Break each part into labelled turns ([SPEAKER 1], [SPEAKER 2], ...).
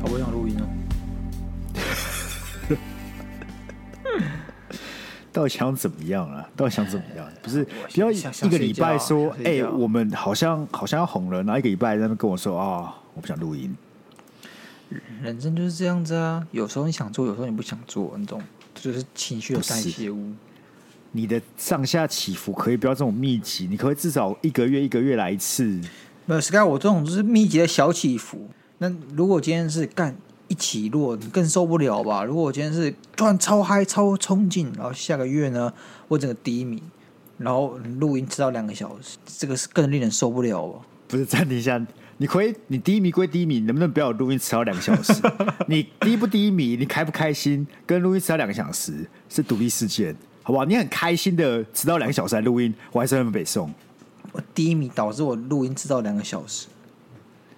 [SPEAKER 1] 好，我想录音哦。
[SPEAKER 2] 到底想怎么样啊？到底想怎么样？不是
[SPEAKER 1] 哎我
[SPEAKER 2] 不要
[SPEAKER 1] 想想
[SPEAKER 2] 一个礼拜说
[SPEAKER 1] 想，睡
[SPEAKER 2] 哎、
[SPEAKER 1] 觉
[SPEAKER 2] 我们好像好像要红了，然后一个礼拜在那边跟我说啊、我不想录音。
[SPEAKER 1] 人生就是这样子啊，有时候你想做，有时候你不想做，你懂？这就是情绪的
[SPEAKER 2] 不是
[SPEAKER 1] 代谢物。
[SPEAKER 2] 你的上下起伏可以不要这么密集，你可不可以至少一个月一个月来一次？
[SPEAKER 1] 没有 Sky，我这种就是密集的小起伏。那如果今天是干一起落，你更受不了吧？如果我今天是突然超嗨、超冲劲，然后下个月呢，我整个低迷，然后录音迟到两个小时，这个是更令人受不了吧？
[SPEAKER 2] 不是暂停一下，你可以你低迷归低迷，你能不能不要有录音迟到两个小 时？你低不低迷，你开不开心，跟录音迟到两个小时是独立事件，好不好？你很开心的迟到两个小时来录音，我还是很北宋。
[SPEAKER 1] 我低迷导致我录音迟到两个小时，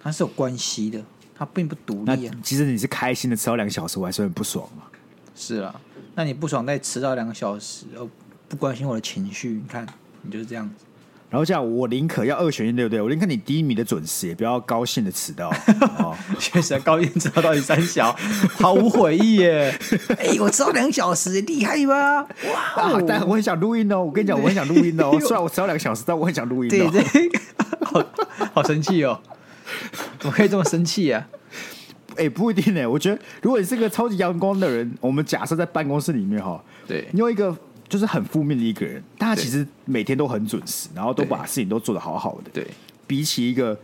[SPEAKER 1] 它是有关系的，它并不独
[SPEAKER 2] 那
[SPEAKER 1] 立啊。
[SPEAKER 2] 即使你是开心的迟到两个小时，我还是很不爽嘛。
[SPEAKER 1] 是啊，那你不爽再迟到两个小时，而不关心我的情绪，你看你就是这样子。
[SPEAKER 2] 然后这样，我宁可要二选一，对不对？我宁可你低迷的准时，也不要高兴的 迟到。哦，
[SPEAKER 1] 确实，高音迟到到底三小， 毫无悔意 耶！哎、我迟到两小时，厉害吧？哇
[SPEAKER 2] 啊
[SPEAKER 1] 哦，
[SPEAKER 2] 但我很想录音哦，我跟你讲，我很想录 音哦。虽然我迟到两个小时，但我很想录音、
[SPEAKER 1] 对
[SPEAKER 2] 哦。
[SPEAKER 1] 对， 好好生气哦！怎么可以这么生气啊？
[SPEAKER 2] 哎、不一定哎、我觉得如果你是个超级阳光的人，我们假设在办公室里面哈，
[SPEAKER 1] 对
[SPEAKER 2] 你有一个就是很负面的一个人，但他
[SPEAKER 1] 对
[SPEAKER 2] 其实每天都很准时，然后都
[SPEAKER 1] 对
[SPEAKER 2] 把事情都做得好好的。
[SPEAKER 1] 对，
[SPEAKER 2] 比起一个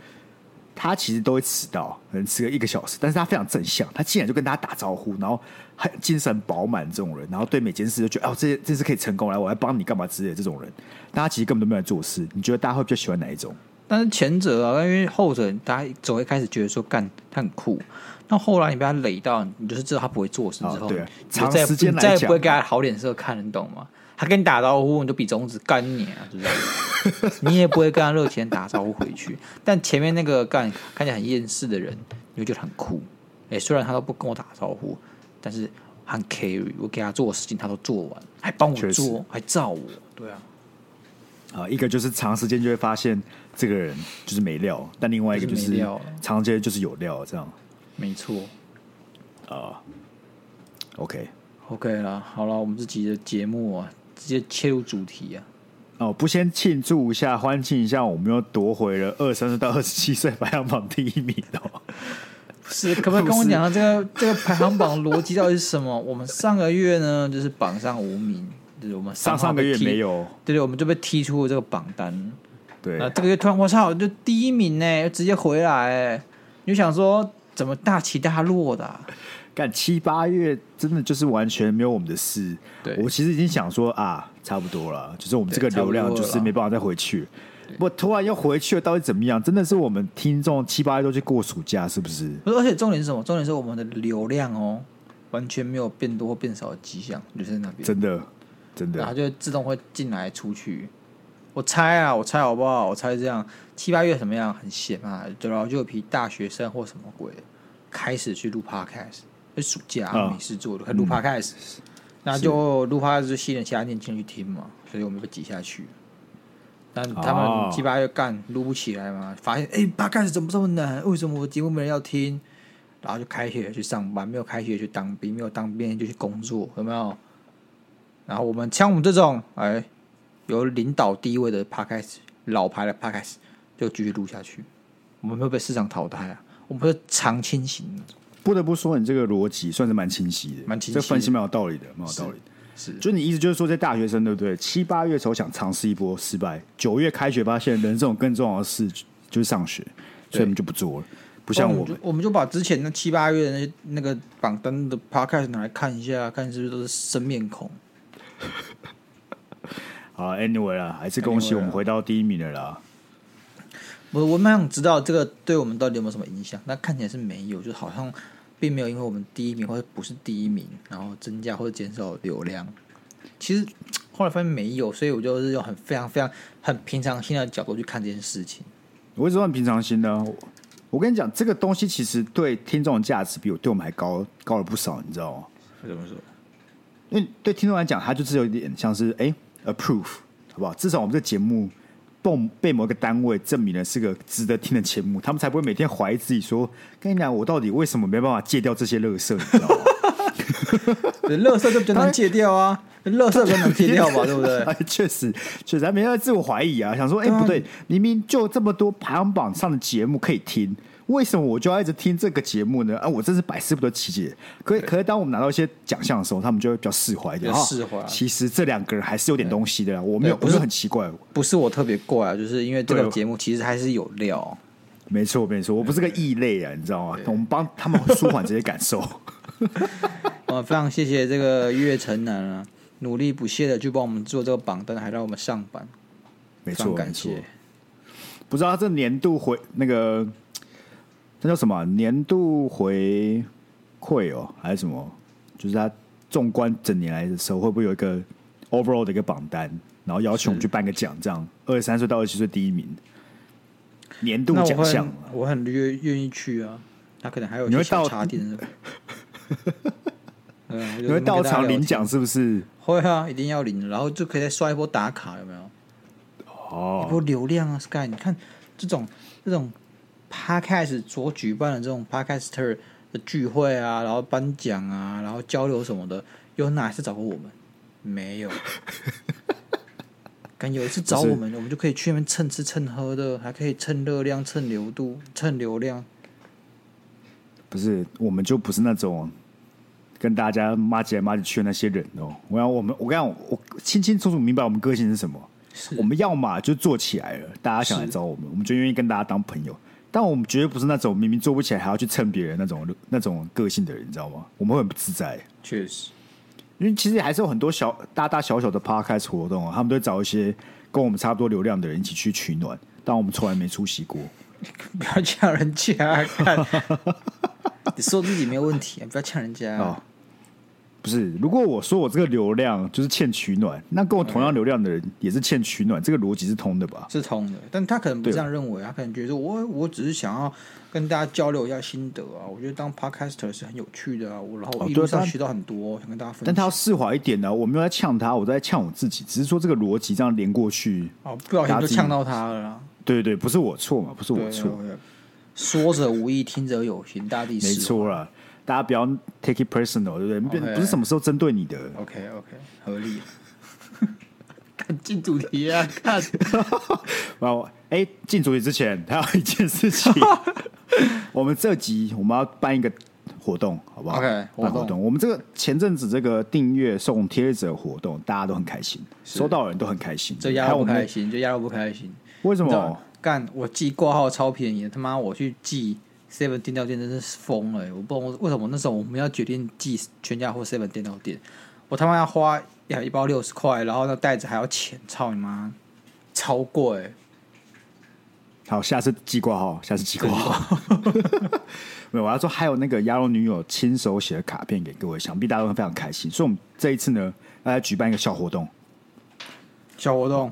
[SPEAKER 2] 他其实都会迟到，可能迟个一个小时，但是他非常正向，他进来就跟大家打招呼，然后很精神饱满这种人，然后对每件事都觉得哦，这这次可以成功，来我来帮你干嘛之类的这种人，大家其实根本都没有在做事。你觉得大家会比较喜欢哪一种？
[SPEAKER 1] 但是前者啊，因为后者大家总会开始觉得说，干他很酷。那后来你被他累到，你就是知道他不会做事之后，
[SPEAKER 2] 哦对啊
[SPEAKER 1] 你
[SPEAKER 2] 长
[SPEAKER 1] 再也
[SPEAKER 2] 时间
[SPEAKER 1] 你
[SPEAKER 2] 来
[SPEAKER 1] 再也不
[SPEAKER 2] 讲啊
[SPEAKER 1] 会给他好脸色看，你懂吗？他跟你打招呼，你就比中指干你啊，就是 这样你也不会跟他热情地打招呼回去。但前面那个干看起来很厌世的人，你会觉得很酷。哎、虽然他都不跟我打招呼，但是他很 carry，我给他做的事情他都做完，还帮
[SPEAKER 2] 确
[SPEAKER 1] 我
[SPEAKER 2] 实
[SPEAKER 1] 做，还照我，对啊，
[SPEAKER 2] 啊，一个就是长时间就会发现这个人就是没料，但另外一个就
[SPEAKER 1] 就是没
[SPEAKER 2] 是
[SPEAKER 1] 料
[SPEAKER 2] 长时间就是有料，这样
[SPEAKER 1] 没错。
[SPEAKER 2] OK。
[SPEAKER 1] OK 啦，好了，我们这集的节目啊，直接切入主题啊。
[SPEAKER 2] 哦，不先庆祝一下，欢庆一下，我们又夺回了二三十到二十七岁排行榜第一名哦。
[SPEAKER 1] 不是，可不可以跟我讲下这个这个排行榜逻辑到底是什么？ 我们上个月呢，就是榜上无名，就是我们
[SPEAKER 2] 上上个月没，有，
[SPEAKER 1] 对对，我们就被踢出了这个榜单。
[SPEAKER 2] 对，
[SPEAKER 1] 那这个月突然我操，就第一名呢，直接回来，你就想说怎么大起大落的啊、
[SPEAKER 2] 干七八月真的就是完全没有我们的事。
[SPEAKER 1] 对
[SPEAKER 2] 我其实已经想说啊，差不多了，就是我们这个
[SPEAKER 1] 对差不
[SPEAKER 2] 流
[SPEAKER 1] 多了
[SPEAKER 2] 量就是没办法再回去。我突然又回去了，到底怎么样？真的是我们听众七八月都去过暑假，是不是？
[SPEAKER 1] 不是，而且重点是什么？重点是我们的流量哦，完全没有变多或变少的迹象，就是那边。
[SPEAKER 2] 真的，真
[SPEAKER 1] 然后它
[SPEAKER 2] 的，
[SPEAKER 1] 就自动会进来出去。我猜啊，我猜好不好？我猜这样，七八月怎么样？很闲嘛，就然后就有批大学生或什么鬼开始去录 podcast，就暑假、
[SPEAKER 2] 啊
[SPEAKER 1] 没事做就开始录 podcast，、那就录 podcast 就吸引其他年轻人去听嘛，所以我们被挤下去。但他
[SPEAKER 2] 哦
[SPEAKER 1] 们七八月干录不起来嘛，发现哎、p o d c a s t 怎么这么难？为什么我节目没人要听？然后就开学去上班，没有开学去当兵，没有当兵就去工作，有没有？然后我们像我们这种哎有领导地位的 p 开始，老牌的 p 开始，就继续录下去，我们会被市场淘汰啊，我们会常清醒的，
[SPEAKER 2] 不得不说，你这个逻辑算是蛮清晰的，
[SPEAKER 1] 蛮清晰
[SPEAKER 2] 这
[SPEAKER 1] 的
[SPEAKER 2] 分析蛮有道理的，蛮有道理的。
[SPEAKER 1] 是
[SPEAKER 2] 就你意思就是说，在大学生对不对？七八月的时候想尝试一波，失败；九月开学发现人生有更重要的事就是上学，所以我们就不做了。不
[SPEAKER 1] 不
[SPEAKER 2] 像我
[SPEAKER 1] 我
[SPEAKER 2] 们
[SPEAKER 1] 们，就我们就把之前那七八月的那些那个榜单的 p 开始拿来看一下，看是不是都是生面孔。
[SPEAKER 2] 好啦，anyway 啦，还是恭喜
[SPEAKER 1] Anyway 啦
[SPEAKER 2] 我们回到第一名了啦。
[SPEAKER 1] 我我蛮想知道这个对我们到底有没有什么影响，但看起来是没有，就好像并没有因为我们第一名或者不是第一名，然后增加或者减少流量。其实后来发现没有，所以我就是用很非常非常很平常心的角度去看这件事情。
[SPEAKER 2] 我一直都很平常心的啊、我我跟你讲，这个东西其实对听众的价值比我对我们还高高了不少，你知道吗？
[SPEAKER 1] 怎么说？
[SPEAKER 2] 因为对听众来讲，它就只有一点像是哎、approve，好不好？至少我们这节目被被某一个单位证明了是个值得听的节目，他们才不会每天怀疑自己说，跟你讲，我到底为什么没办法戒掉这些垃圾，你知道吗？
[SPEAKER 1] 乐色就比较难戒掉啊，乐色比较难戒掉 吧，对不对？
[SPEAKER 2] 哎？确实，确实，他每天在自我怀疑啊，想说，哎、
[SPEAKER 1] 对啊
[SPEAKER 2] 不对，明明就这么多排行榜上的节目可以听，为什么我就要一直听这个节目呢？啊，我真是百思不得其解。可可是，当我们拿到一些奖项的时候，他们就会比较释怀一点，
[SPEAKER 1] 比较
[SPEAKER 2] 啊
[SPEAKER 1] 释怀
[SPEAKER 2] 其实这两个人还是有点东西的啦，我没有，
[SPEAKER 1] 对
[SPEAKER 2] 不
[SPEAKER 1] 不是
[SPEAKER 2] 是很奇怪。
[SPEAKER 1] 不是我特别怪啊，就是因为这
[SPEAKER 2] 对
[SPEAKER 1] 种节目其实还是有料。
[SPEAKER 2] 没错，没错，我不是个异类啊，你知道吗？我们帮他们舒缓这些 感受。
[SPEAKER 1] 呃，非常谢谢这个岳城南啊，努力不懈的去帮我们做这个榜单，还让我们上榜，
[SPEAKER 2] 没
[SPEAKER 1] 非
[SPEAKER 2] 错，
[SPEAKER 1] 常
[SPEAKER 2] 没
[SPEAKER 1] 感
[SPEAKER 2] 错。
[SPEAKER 1] 谢。
[SPEAKER 2] 不知道他这年度回那个那叫什么啊年度回馈哦，还是什么？就是他纵观整年来的时候，会不会有一个 overall 的一个榜单，然后邀请我们去颁个奖，这样二十三岁到二十岁第一名年度
[SPEAKER 1] 那我
[SPEAKER 2] 奖
[SPEAKER 1] 会
[SPEAKER 2] 项
[SPEAKER 1] 很，我很愿愿意去啊，他可能还有一
[SPEAKER 2] 你
[SPEAKER 1] 些
[SPEAKER 2] 会
[SPEAKER 1] 小
[SPEAKER 2] 到
[SPEAKER 1] 茶点 什么。嗯，我就
[SPEAKER 2] 你会
[SPEAKER 1] 跟大
[SPEAKER 2] 到
[SPEAKER 1] 家
[SPEAKER 2] 场
[SPEAKER 1] 聊
[SPEAKER 2] 领
[SPEAKER 1] 天
[SPEAKER 2] 奖是不是？
[SPEAKER 1] 会啊，一定要领，然后就可以再刷一波打卡，有没有？一
[SPEAKER 2] 哦，
[SPEAKER 1] 波流量啊，Sky，你看这种这种 Podcast 所举办的这种 Podcaster 的聚会啊，然后颁奖啊，然后交流什么的，有哪一次找过我们？没 有。敢有一次找
[SPEAKER 2] 不是
[SPEAKER 1] 我们，我们就可以去那边蹭吃蹭喝的，还可以蹭热量、蹭流度、蹭流量。
[SPEAKER 2] 不是，我们就不是那种跟大家骂起来骂去去的那些人哦。我要我们，我跟你讲，我清清楚楚明白我们个性是什么。
[SPEAKER 1] 是
[SPEAKER 2] 我们要嘛就做起来了，大家想来找我们，我们就愿意跟大家当朋友。但我们绝对不是那种明明做不起来还要去蹭别人那种那种个性的人，你知道吗？我们会很不自在，
[SPEAKER 1] 确实，
[SPEAKER 2] 因为其实还是有很多小大大小小的 podcast 活动啊，他们都会找一些跟我们差不多流量的人一起去取暖，但我们从来没出席过。
[SPEAKER 1] 不要呛人家，看 你说自己没有问题，啊不要呛人家。
[SPEAKER 2] 哦，不是，如果我说我这个流量就是欠取暖，那跟我同样流量的人也是欠取暖，这个逻辑是通的吧？
[SPEAKER 1] 是通的，但他可能不
[SPEAKER 2] 对啊
[SPEAKER 1] 这样认为，他可能觉得我我只是想要跟大家交流一下心得啊，我觉得当 podcaster 是很有趣的啊，我然后
[SPEAKER 2] 哦
[SPEAKER 1] 我一
[SPEAKER 2] 对
[SPEAKER 1] 路
[SPEAKER 2] 啊
[SPEAKER 1] 上
[SPEAKER 2] 但
[SPEAKER 1] 学到很多，想跟大家分享。
[SPEAKER 2] 但他要释怀一点呢、我没有在呛他，我在呛我自己，只是说这个逻辑这样连过去，
[SPEAKER 1] 哦，不小心
[SPEAKER 2] 打
[SPEAKER 1] 就
[SPEAKER 2] 击
[SPEAKER 1] 呛到他了啦，
[SPEAKER 2] 对对对，不是我错嘛，不是
[SPEAKER 1] 对啊哦
[SPEAKER 2] 我错，，
[SPEAKER 1] 对对说者无意，听者有心，大地
[SPEAKER 2] 没
[SPEAKER 1] 是。
[SPEAKER 2] 错啦，大家不要 take it personal，对不对
[SPEAKER 1] OK
[SPEAKER 2] 不是什么时候针对你的，
[SPEAKER 1] OK OK，合理。 看进主题啊，看
[SPEAKER 2] 然后哎，进主题之前还有一件事 情，我们这集我们要办一个活动，好不好
[SPEAKER 1] OK，活
[SPEAKER 2] 办
[SPEAKER 1] 动
[SPEAKER 2] 活动。我们这个前阵子这个订阅送贴纸的活动，大家都很开心，收到的人都很开心。
[SPEAKER 1] 这
[SPEAKER 2] 还
[SPEAKER 1] 鸭
[SPEAKER 2] 有
[SPEAKER 1] 肉
[SPEAKER 2] 我
[SPEAKER 1] 不
[SPEAKER 2] 们
[SPEAKER 1] 开心，这鸭肉不开心。
[SPEAKER 2] 为什
[SPEAKER 1] 你知道
[SPEAKER 2] 么？
[SPEAKER 1] 干，我寄挂号超便宜的，他妈我去寄 Seven 电料店真是疯了欸、我不懂为什么那时候我们要决定寄全家或 Seven 电料店，我他妈要花呀一包六十块，然后那袋子还要钱，操你妈，超贵欸、
[SPEAKER 2] 好，下次记挂号，下次记挂号。 没有，我要说还有那个鸭肉女友亲手写的卡片给各位，想必大家都非常开心。所以，我们这一次呢，要来举办一个小活动，
[SPEAKER 1] 小活动，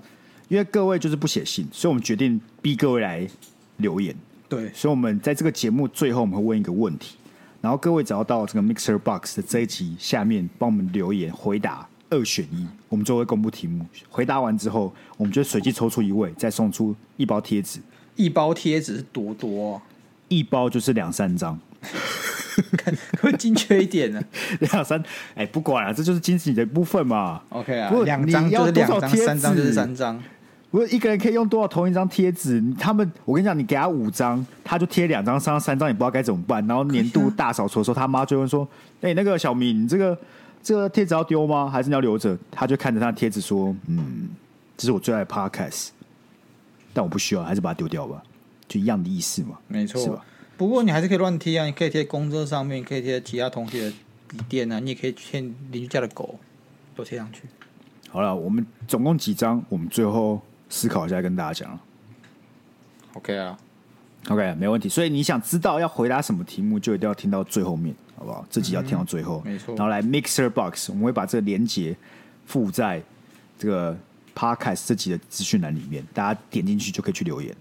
[SPEAKER 2] 因为各位就是不写信，所以我们决定逼各位来留言。
[SPEAKER 1] 对，
[SPEAKER 2] 所以，我们在这个节目最后，我们会问一个问题，然后各位只要到这个 Mixer Box 的这一集下面帮我们留言回答二选一，我们就会公布题目。回答完之后，我们就随机抽出一位，再送出一包贴纸，
[SPEAKER 1] 一包贴纸是多多、 哦，
[SPEAKER 2] 一包就是两三张。
[SPEAKER 1] 看可不可以精确一点呢、
[SPEAKER 2] 两三，哎，不管了、这就是惊喜的部分嘛。
[SPEAKER 1] OK 啊
[SPEAKER 2] 不，过
[SPEAKER 1] 两张
[SPEAKER 2] 你
[SPEAKER 1] 就
[SPEAKER 2] 要
[SPEAKER 1] 是
[SPEAKER 2] 多
[SPEAKER 1] 两
[SPEAKER 2] 少
[SPEAKER 1] 张，
[SPEAKER 2] 贴
[SPEAKER 1] 三张就是
[SPEAKER 2] 纸
[SPEAKER 1] 三张，
[SPEAKER 2] 我一个人可以用多少同一张贴纸？你他们，我跟你讲，你给他五张，他就贴两张、三张、三张，也不知道该怎么办。然后年度大扫除的时候，他妈就问说：“哎、那个小明，你这个这个贴纸要丢吗？还是你要留着？”他就看着他的贴纸说：“嗯，这是我最爱的 podcast，但我不需要，还是把它丢掉吧。”就一样的意思嘛。
[SPEAKER 1] 没
[SPEAKER 2] 是
[SPEAKER 1] 错
[SPEAKER 2] 吧。
[SPEAKER 1] 不过你还是可以乱贴啊，你可以贴公车上面，你可以贴其他同学的笔电啊，你也可以贴邻居家的狗，都贴上去。
[SPEAKER 2] 好了，我们总共几张？我们最后思考一下，跟大家讲。
[SPEAKER 1] OK 啊，
[SPEAKER 2] OK，没问题。所以你想知道要回答什么题目，就一定要听到最后面，好不好？这集要听到最后，
[SPEAKER 1] 嗯没错
[SPEAKER 2] 然后来 Mixer Box，我们会把这个连接附在这个 Podcast 这集的资讯栏里面，大家点进去就可以去留言。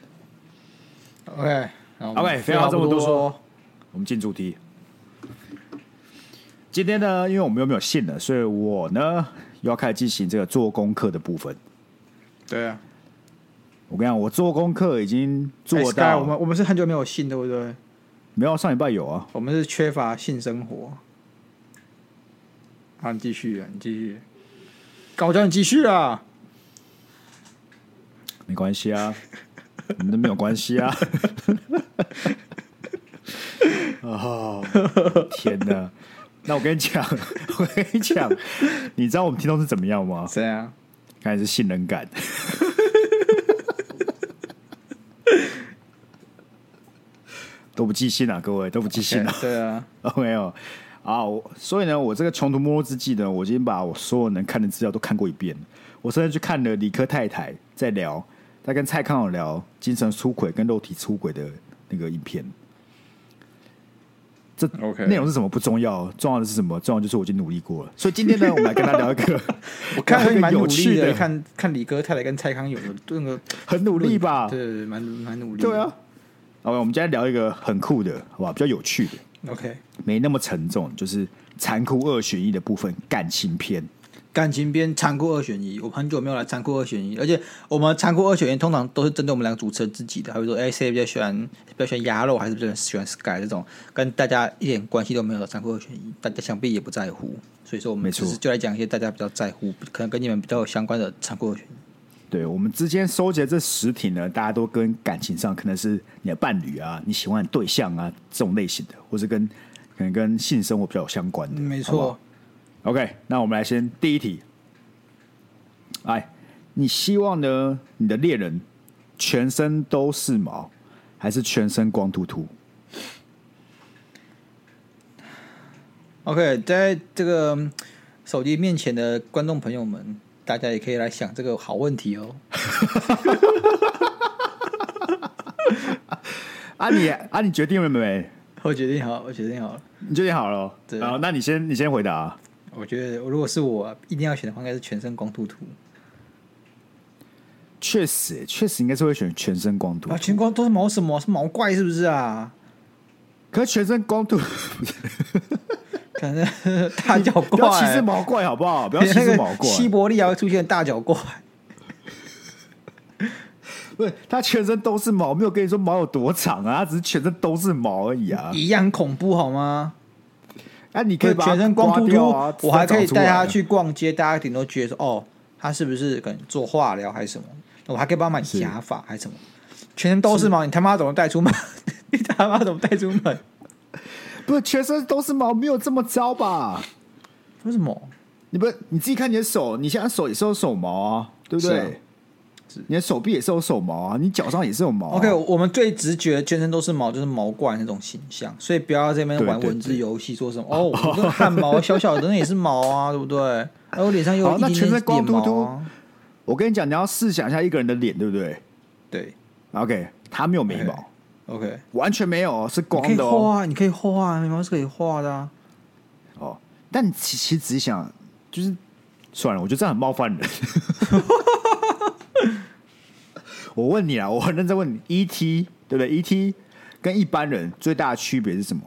[SPEAKER 1] OK，然后
[SPEAKER 2] OK，废
[SPEAKER 1] 废
[SPEAKER 2] 话
[SPEAKER 1] 话
[SPEAKER 2] 这
[SPEAKER 1] 这
[SPEAKER 2] 么
[SPEAKER 1] 么
[SPEAKER 2] 多
[SPEAKER 1] 多
[SPEAKER 2] 说
[SPEAKER 1] 说，
[SPEAKER 2] 我们进主题。今天呢，因为我们又没有信了，所以我呢又要开始进行这个做功课的部分。
[SPEAKER 1] 对啊，
[SPEAKER 2] 我跟你讲，我做功课已经
[SPEAKER 1] 哎
[SPEAKER 2] 做
[SPEAKER 1] Sky，
[SPEAKER 2] 到，
[SPEAKER 1] 我们我们是很久没有性，对不对？
[SPEAKER 2] 没有上礼拜有啊，
[SPEAKER 1] 我们是缺乏性生活。好，你继续啊，你继续。干我叫你继续啊！
[SPEAKER 2] 没关系啊，我们都没有关系啊。哦，天哪！那我跟你讲， 我跟你讲，你知道我们听众是怎么样吗？
[SPEAKER 1] 怎样？
[SPEAKER 2] 看来是信任感。都不寄信啊，各位都不寄信啊。
[SPEAKER 1] 对 啊，
[SPEAKER 2] 哦，没有啊，我所以呢，我这个穷途末路之际呢，我已经把我所有能看的资料都看过一遍了。我甚至去看了理科太太在聊，在跟蔡康永聊精神出轨跟肉体出轨的那个影片。这
[SPEAKER 1] OK
[SPEAKER 2] 内容是什么不重要，重要的是什么？重要就是我已经努力过了。所以今天呢，我们来跟他聊一个
[SPEAKER 1] 我看
[SPEAKER 2] 聊
[SPEAKER 1] 你
[SPEAKER 2] 一个
[SPEAKER 1] 蛮
[SPEAKER 2] 有
[SPEAKER 1] 努力
[SPEAKER 2] 趣
[SPEAKER 1] 的，看看李哥太太跟蔡康永的那个
[SPEAKER 2] 很努力吧？
[SPEAKER 1] 对对对，蛮蛮努力。
[SPEAKER 2] 对啊。好，我们今天聊一个很酷的，好吧？比较有趣的，
[SPEAKER 1] ，OK，
[SPEAKER 2] 没那么沉重，就是残酷二选一的部分，感情篇。
[SPEAKER 1] 感情编残酷二选一，我们很久没有来残酷二选一，而且我们残酷二选一通常都是针对我们两个主持人自己的，还会说，哎、谁比较喜欢比较喜欢鸭肉，还是比较喜欢 Sky 这种跟大家一点关系都没有的残酷二选一，大家想必也不在乎，所以说我们
[SPEAKER 2] 没错
[SPEAKER 1] 只是就来讲一些大家比较在乎，可能跟你们比较有相关的残酷二选一。
[SPEAKER 2] 对我们之间收集的这十题呢，大家都跟感情上可能是你的伴侣啊、你喜欢的对象啊这种类型的，或是跟可能跟性生活比较有相关的。
[SPEAKER 1] 没
[SPEAKER 2] 好不
[SPEAKER 1] 错
[SPEAKER 2] 好。OK，那我们来先第一题。哎，你希望呢，你的猎人全身都是毛，还是全身光秃秃？
[SPEAKER 1] OK，在这个嗯手机面前的观众朋友们，大家也可以来想这个好问题哦。
[SPEAKER 2] 啊你，啊，你决定了没？
[SPEAKER 1] 我决定好，我决定好了。
[SPEAKER 2] 你决定好了哦？
[SPEAKER 1] 对
[SPEAKER 2] 好，那你先，你先回答啊、
[SPEAKER 1] 我觉得如果是我一定要选的话，应该是全身光秃秃。
[SPEAKER 2] 确实，确实应该是会选全身光秃
[SPEAKER 1] 啊，
[SPEAKER 2] 秃。
[SPEAKER 1] 全光都是毛什么？是毛怪是不是啊？
[SPEAKER 2] 可是全身光秃。
[SPEAKER 1] 可能大脚
[SPEAKER 2] 不
[SPEAKER 1] 怪、
[SPEAKER 2] 要歧视毛怪好不 好？不要歧
[SPEAKER 1] 那
[SPEAKER 2] 视
[SPEAKER 1] 个
[SPEAKER 2] 毛怪，
[SPEAKER 1] 西伯利亚会出现大脚怪，
[SPEAKER 2] 不是他全身都是毛，没有跟你说毛有多长啊，他只是全身都是毛而已 啊。
[SPEAKER 1] 一样恐怖好吗？
[SPEAKER 2] 啊，你可以把它
[SPEAKER 1] 全身光
[SPEAKER 2] 刮
[SPEAKER 1] 秃
[SPEAKER 2] 掉啊
[SPEAKER 1] 秃，我还可以带他。
[SPEAKER 2] 再长出来啊
[SPEAKER 1] 去逛街，大家顶多觉得说，哦，他是不是可能做化疗还是什么？我还可以帮他买假发还是什么？全身都是毛，你他妈怎么带出门？ 你他妈怎么带出门？
[SPEAKER 2] 不是全身都是毛，没有这么糟吧？
[SPEAKER 1] 为什么？
[SPEAKER 2] 你不是你自己看你的手，你现在手也是有手毛啊，对不
[SPEAKER 1] 是啊
[SPEAKER 2] 对？你的手臂也是有手毛啊，你脚上也是有毛啊、
[SPEAKER 1] OK，我们最直觉全身都是毛，就是毛怪那种形象，所以不要在这边
[SPEAKER 2] 对
[SPEAKER 1] 玩
[SPEAKER 2] 对
[SPEAKER 1] 文字
[SPEAKER 2] 对
[SPEAKER 1] 游戏，说什么哦，我这个 汗毛小小的那也是毛啊，对不对？哎，我脸上有
[SPEAKER 2] 好
[SPEAKER 1] 一
[SPEAKER 2] 那
[SPEAKER 1] 点
[SPEAKER 2] 全
[SPEAKER 1] 点
[SPEAKER 2] 身光
[SPEAKER 1] 点
[SPEAKER 2] 秃
[SPEAKER 1] 毛
[SPEAKER 2] 秃
[SPEAKER 1] 啊，
[SPEAKER 2] 我跟你讲，你要试想一下一个人的脸，对不对
[SPEAKER 1] 对
[SPEAKER 2] ？OK，他没有眉毛，
[SPEAKER 1] ，OK，
[SPEAKER 2] 完全没有哦，是
[SPEAKER 1] 哎你可
[SPEAKER 2] 光
[SPEAKER 1] 以
[SPEAKER 2] 的哦。
[SPEAKER 1] 画啊，你可以画啊，眉毛是可以画的啊。
[SPEAKER 2] 哦，但其其实只想就是算了，我觉得这样很冒犯人。 我问你啊，我很认真问你，ET 对不对？ET 跟一般人最大的区别是什么？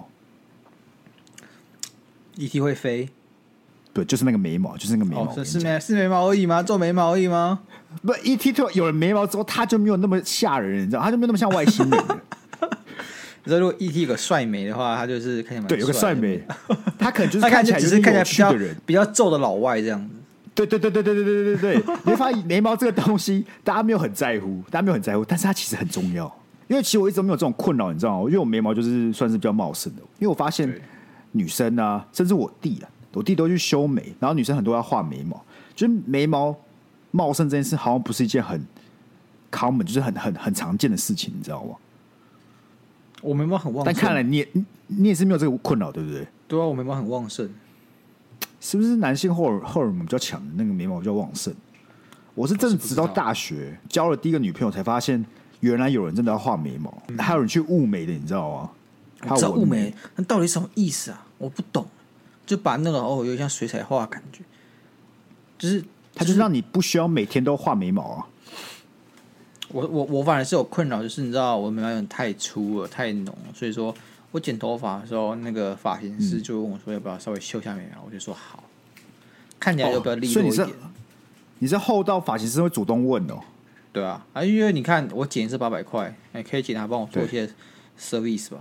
[SPEAKER 1] ET E 会飞
[SPEAKER 2] 对，就是那个眉毛，就是那个眉毛。
[SPEAKER 1] 哦，
[SPEAKER 2] 我跟
[SPEAKER 1] 是
[SPEAKER 2] 你
[SPEAKER 1] 是
[SPEAKER 2] 讲
[SPEAKER 1] 眉是眉毛而已吗？做眉毛而已吗？
[SPEAKER 2] 不，ET 突然有了眉毛之后，他就没有那么吓人，你知道，他就没有那么像外星人 了。
[SPEAKER 1] 你知道如果 ET 有个帅眉的话，他就是看起来蛮
[SPEAKER 2] 对，有个帅
[SPEAKER 1] 的，
[SPEAKER 2] 眉，他可能就是
[SPEAKER 1] 他
[SPEAKER 2] 看起
[SPEAKER 1] 起
[SPEAKER 2] 来
[SPEAKER 1] 来只
[SPEAKER 2] 就是
[SPEAKER 1] 看
[SPEAKER 2] 有
[SPEAKER 1] 起
[SPEAKER 2] 趣
[SPEAKER 1] 来
[SPEAKER 2] 的
[SPEAKER 1] 比
[SPEAKER 2] 人
[SPEAKER 1] 较。比较皱的老外这样子。
[SPEAKER 2] 对对对对对对对对对对，你会发现眉毛这个东西，大家没有很在乎，大家没有很在乎，但是它其实很重要。因为其实我一直都没有这种困扰，你知道吗？因为我眉毛就是算是比较茂盛的，因为我发现
[SPEAKER 1] 对
[SPEAKER 2] 女生啊，甚至我弟啊，我弟都去修眉，然后女生很多要画眉毛，就是眉毛茂盛这件事好像不是一件很 common，就是很很很常见的事情，你知道吗？
[SPEAKER 1] 我眉毛很旺
[SPEAKER 2] 但
[SPEAKER 1] 盛，
[SPEAKER 2] 看来你也你你也是没有这个困扰，对不对？
[SPEAKER 1] 对啊，我眉毛很旺盛。
[SPEAKER 2] 是不是男性荷尔荷尔蒙比较强，那个眉毛比较旺盛？我是真的
[SPEAKER 1] 不
[SPEAKER 2] 直
[SPEAKER 1] 知道
[SPEAKER 2] 到大学交了第一个女朋友才发现，原来有人真的要画眉毛，
[SPEAKER 1] 嗯
[SPEAKER 2] 还有人去雾眉的，你知道吗？还
[SPEAKER 1] 我知道
[SPEAKER 2] 有
[SPEAKER 1] 雾
[SPEAKER 2] 纹
[SPEAKER 1] 眉，那到底什么意思啊？我不懂，就把那个哦，有点像水彩画的感觉，就是
[SPEAKER 2] 它就是让你不需要每天都画眉毛啊。
[SPEAKER 1] 我我我反而是有困扰，就是你知道我眉毛有点太粗了，太浓了，所以说我剪头发的时候，那个发型
[SPEAKER 2] 嗯
[SPEAKER 1] 师就问我说要不要稍微修一下眉毛，我就说好，看起来就比较利
[SPEAKER 2] 哦所
[SPEAKER 1] 落
[SPEAKER 2] 以
[SPEAKER 1] 一
[SPEAKER 2] 你是
[SPEAKER 1] 点。
[SPEAKER 2] 你是后到发型师会主动问哦，
[SPEAKER 1] 对啊，啊，因为你看我减是八百块，哎，可以请他帮我做一些 service 吧。